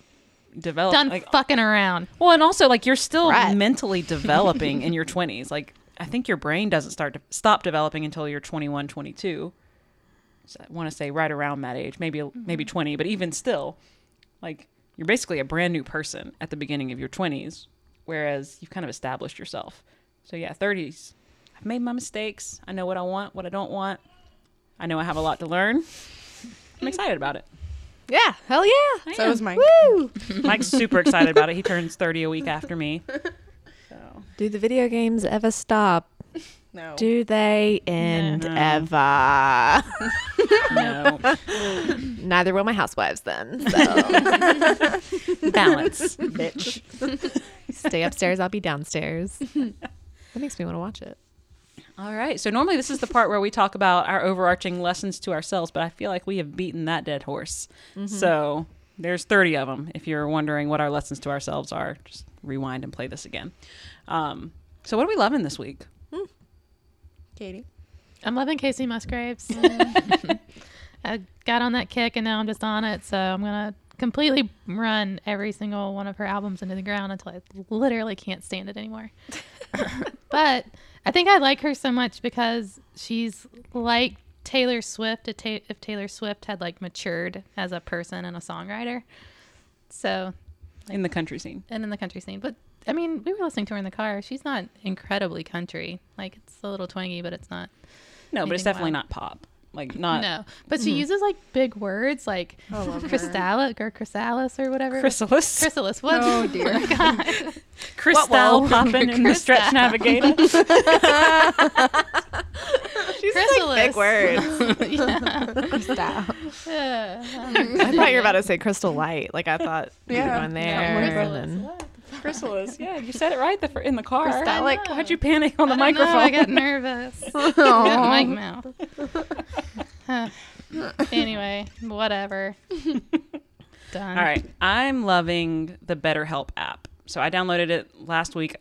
developing. Done fucking around. well, and also like you're still Right. mentally developing in your 20s. Like I think your brain doesn't start to stop developing until you're 21, 22. So I want to say right around that age, maybe maybe 20, but even still, like you're basically a brand new person at the beginning of your 20s, whereas you've kind of established yourself. So yeah, 30s. I've made my mistakes. I know what I want, what I don't want. I know I have a lot to learn. I'm excited about it. Yeah, hell yeah. I So am. is Mike. Mike's super excited about it. He turns 30 a week after me. So Do the video games ever stop? No. Do they end No. ever? no Neither will my housewives then. So balance, bitch. stay upstairs, I'll be downstairs. That makes me want to watch it. All right. So normally this is the part where we talk about our overarching lessons to ourselves, but I feel like we have beaten that dead horse. Mm-hmm. So there's 30 of them. If you're wondering what our lessons to ourselves are, just rewind and play this again. Um, so what are we loving this week? Katie. I'm loving Casey Musgraves. I got on that kick and now I'm just on it. So I'm going to completely run every single one of her albums into the ground until I literally can't stand it anymore. but I think I like her so much because she's like Taylor Swift if Ta- if Taylor Swift had like matured as a person and a songwriter. So, In the country scene. and in the country scene. But I mean, we were listening to her in the car. She's not incredibly country. Like it's a little twangy, but it's not No, but it's Anything definitely wild. not pop. Like not Hmm. no, but she uses like big words like chrysalis or chrysalis or whatever. chrysalis. chrysalis. What? Oh, dear. my God. Crystal popping in the stretch Christa. navigator. She's Chrysalis. like big words. yeah. Yeah. I thought you were about to say crystal light. Like I thought you were Yeah. going there. Yeah, and chrysalis. then- What? Chrysalis. Yeah, you said it right the, fir- in the car. Crystal. I Like, know. why'd you panic on the I don't know, microphone? I got nervous. Got mic mouth. Huh. anyway, whatever. Done. All right. I'm loving the BetterHelp app. So I downloaded it last week.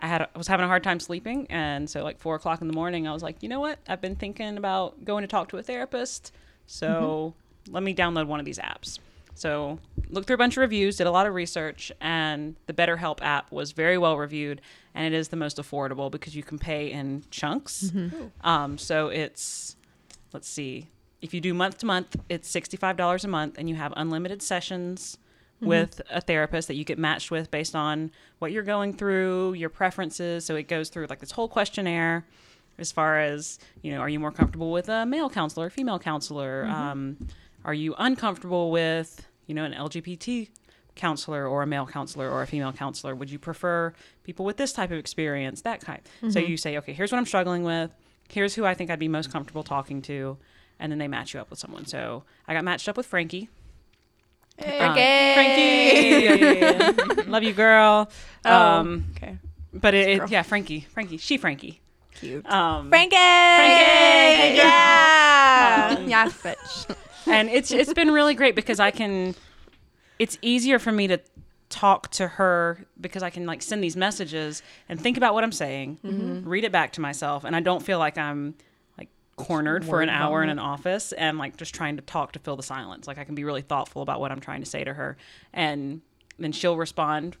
I had I was having a hard time sleeping, and so like four o'clock in the morning, I was like, you know what? I've been thinking about going to talk to a therapist. So let me download one of these apps. So looked through a bunch of reviews, did a lot of research, and the BetterHelp app was very well reviewed, and it is the most affordable because you can pay in chunks. Um, so it's let's see if you do month to month it's $65 a month and you have unlimited sessions with a therapist that you get matched with based on what you're going through your preferences so it goes through like this whole questionnaire as far as you know are you more comfortable with a male counselor female counselor um, are you uncomfortable with you know an lgbt counselor or a male counselor or a female counselor would you prefer people with this type of experience that kind so you say okay here's what i'm struggling with here's who i think i'd be most comfortable talking to and then they match you up with someone so i got matched up with frankie Um, frankie love you girl um, Okay. but it, it- yeah frankie frankie she frankie Cute. um, Frankie! Frankie! Yeah! yes, bitch. and it's it's been really great because I can it's easier for me to talk to her because I can like send these messages and think about what I'm saying, read it back to myself and I don't feel like I'm like cornered for an hour in an office and like just trying to talk to fill the silence. Like I can be really thoughtful about what I'm trying to say to her and then she'll respond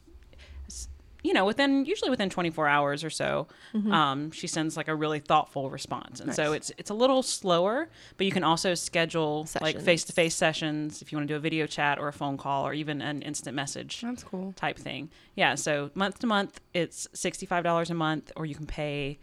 you know, within usually within 24 hours or so, um, she sends like a really thoughtful response, and so it's it's a little slower, but you can also schedule like Sessions. face to face sessions if you want to do a video chat or a phone call or even an instant message That's cool. type thing. Yeah, so month to month it's sixty five dollars a month, or you can pay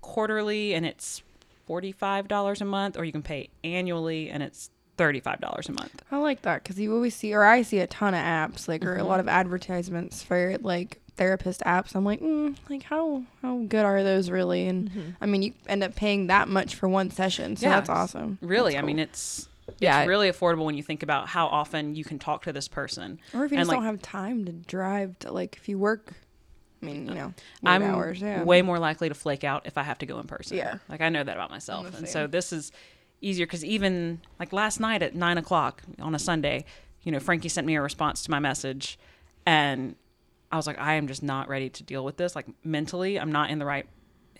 quarterly and it's forty five dollars a month, or you can pay annually and it's thirty five dollars a month. I like that because you always see, or I see a ton of apps, like, or a lot of advertisements for like therapist apps. I'm like, mm, like how how good are those really? And I mean, you end up paying that much for one session, so Yeah. that's awesome. Really, That's I mean cool. it's Yeah. it's really affordable when you think about how often you can talk to this person. Or if you And, just like, don't have time to drive to like if you work. I mean, you know, weird I'm hours. Yeah. way more likely to flake out if I have to go in person. Yeah. Like I know that about myself. the And same. so this is easier because even like last night at nine o'clock on a Sunday, you know, Frankie sent me a response to my message and I was like, I am just not ready to deal with this. Like mentally, I'm not in the right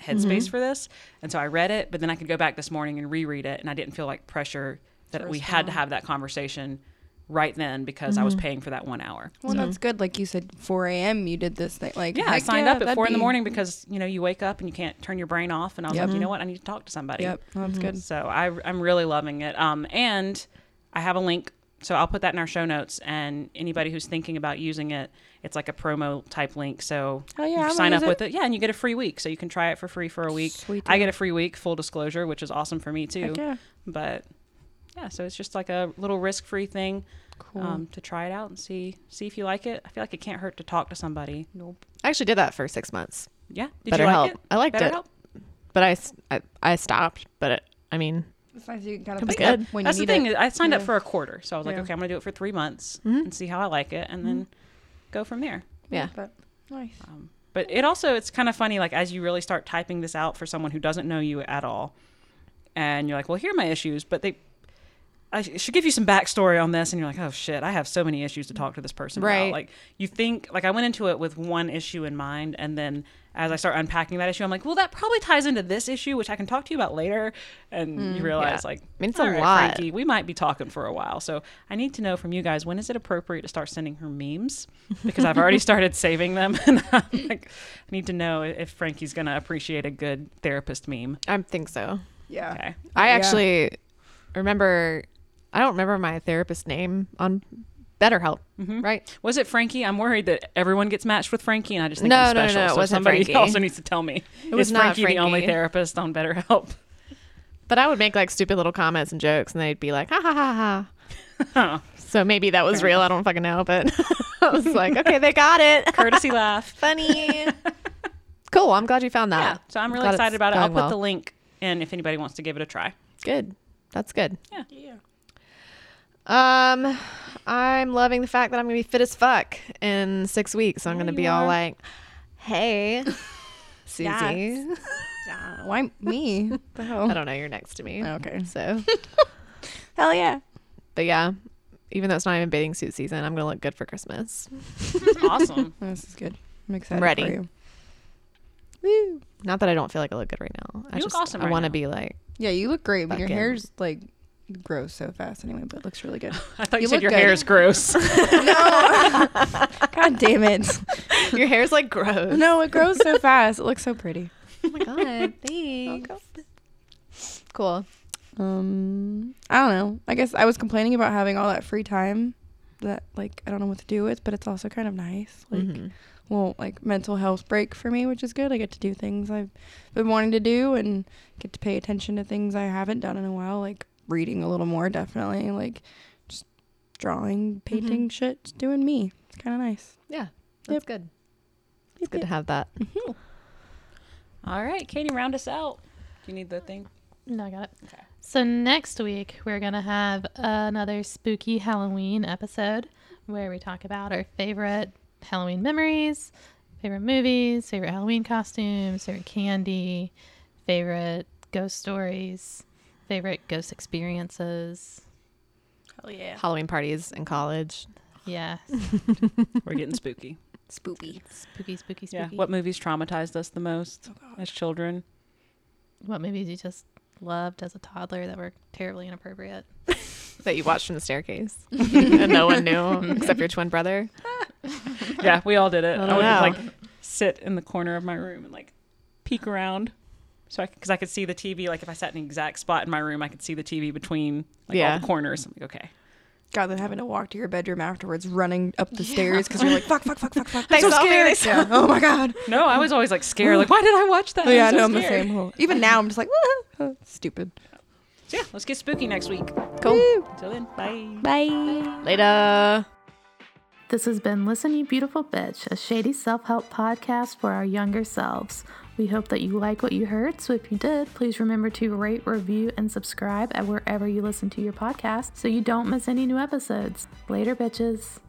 headspace Mm-hmm. for this. And so I read it, but then I could go back this morning and reread it. And I didn't feel like pressure that we had to have that conversation right then because I was Mm-hmm. paying for that one hour. Well, that's good. Like you said, 4 a.m. You did this thing. Like Yeah, I heck signed Mm-hmm. yeah, up at that'd four in the be- morning because you know you wake up and you can't turn your brain off. And I was like, you know what, I need to talk to somebody. Yep, well, that's good. So I, I'm really loving it. Um, and I have a link, so I'll put that in our show notes. And anybody who's thinking about using it, it's like a promo type link. So Oh, yeah, you I'm gonna sign up use it. with it. Yeah, and you get a free week, so you can try it for free for a week. Sweet I get a free week, full disclosure, which is awesome for me too. Heck yeah. But yeah, so it's just like a little risk free thing. Um, to try it out and see see if you like it. I feel like it can't hurt to talk to somebody. I actually did that for six months, Yeah. Did you like BetterHelp. it? I liked it. BetterHelp? but I, s- I, I stopped. But it, I mean, It's nice you kind Could of be pick up good. when That's you the need thing. it. is I signed up Yeah. for a quarter, so I was like, Yeah. Mm-hmm. okay, I'm gonna do it for three months and see how I like it, and then go from there. yeah. But nice. Um, but it also it's kind of funny, like as you really start typing this out for someone who doesn't know you at all, and you're like, well, here are my issues, but they. I sh- should give you some backstory on this, and you're like, "Oh shit, I have so many issues to talk to this person about." Right. Like, you think, like, I went into it with one issue in mind, and then as I start unpacking that issue, I'm like, "Well, that probably ties into this issue, which I can talk to you about later." And Mm, you realize, yeah. like, I mean, it's a "All right, lot." Frankie, we might be talking for a while. So I need to know from you guys when is it appropriate to start sending her memes? Because I've already started saving them. And I'm like, I need to know if Frankie's going to appreciate a good therapist meme. I think so. Yeah. Okay. I Yeah. actually remember. I don't remember my therapist name on BetterHelp, Mm-hmm. right? Was it Frankie? I'm worried that everyone gets matched with Frankie and I just think No, I'm no, no, special. no, it so wasn't somebody Frankie. also needs to tell me. It was is not Frankie, the only Frankie. therapist on BetterHelp. But I would make like stupid little comments and jokes, and they'd be like, ha ha ha Huh. ha. So maybe that was real. I don't fucking know, but I was like, okay, they got it. Courtesy laugh. Funny. cool. I'm glad you found Yeah. that. So I'm really Glad it's excited about it. I'll put going well. the link in if anybody wants to give it a try. Good. That's good. Yeah. Um, I'm loving the fact that I'm gonna be fit as fuck in six weeks. So I'm gonna be all like, "Hey, Susie." Uh, Why me? the I hell? don't know. You're next to me. Okay. So, Hell yeah. but yeah, even though it's not even bathing suit season, I'm gonna look good for Christmas. Awesome. This is good. I'm excited ready. for you. Woo. Not that I don't feel like I look good right now. I You look just, awesome I right want to now. be like, Yeah, you look great, but your Fucking- hair's like grows so fast anyway, but it looks really good. I thought you, You said look your good. hair is gross. God damn it. your hair's like gross. No, it grows so fast. It looks so pretty. Oh my god, thanks. Cool. Um, I don't know. I guess I was complaining about having all that free time that like I don't know what to do with, but it's also kind of nice. Like Mm-hmm. Mm-hmm. well, like mental health break for me, which is good. I get to do things I've been wanting to do and get to pay attention to things I haven't done in a while, like reading a little more definitely, like just drawing, painting shit, just doing me. It's kind of nice. Yeah, Yep. that's good. It's good to have that. All right, Katie, round us out. Do you need the thing? No, I got it. So next week we're gonna have another spooky Halloween episode where we talk about our favorite Halloween memories, favorite movies, favorite Halloween costumes, favorite candy, favorite ghost stories, favorite ghost experiences. Halloween parties in college. Yeah, We're getting spooky. Spoopy. spooky, spooky, spooky. Yeah. What, What movies traumatized us the most Oh, as children? movies you just loved as a toddler that were terribly inappropriate? that you watched from the staircase and no one knew except your twin brother. Oh, yeah, we all did it. I I, don't would know. like sit in the corner of my room and like peek around. So I, because I could see the TV, like if I sat in the exact spot in my room, I could see the TV between like all Yeah. the corners. I'm like, okay, God, then having to walk to your bedroom afterwards, running up the stairs because you're like, fuck, fuck, fuck, fuck, fuck. They I'm so saw me, scared. they saw Yeah. Oh my god. no, I was always like scared, like why did I watch that? Oh yeah, I I'm so know I'm the scared. same. hole. Even now, I'm just like, "Woo-hoo." stupid. So yeah, let's get spooky next week. Cool. Until then, bye. Bye. Later. This has been Listen You Beautiful Bitch, a shady self help podcast for our younger selves. We hope that you like what you heard. So if you did, please remember to rate, review, and subscribe at wherever you listen to your podcast so you don't miss any new episodes. Later, bitches.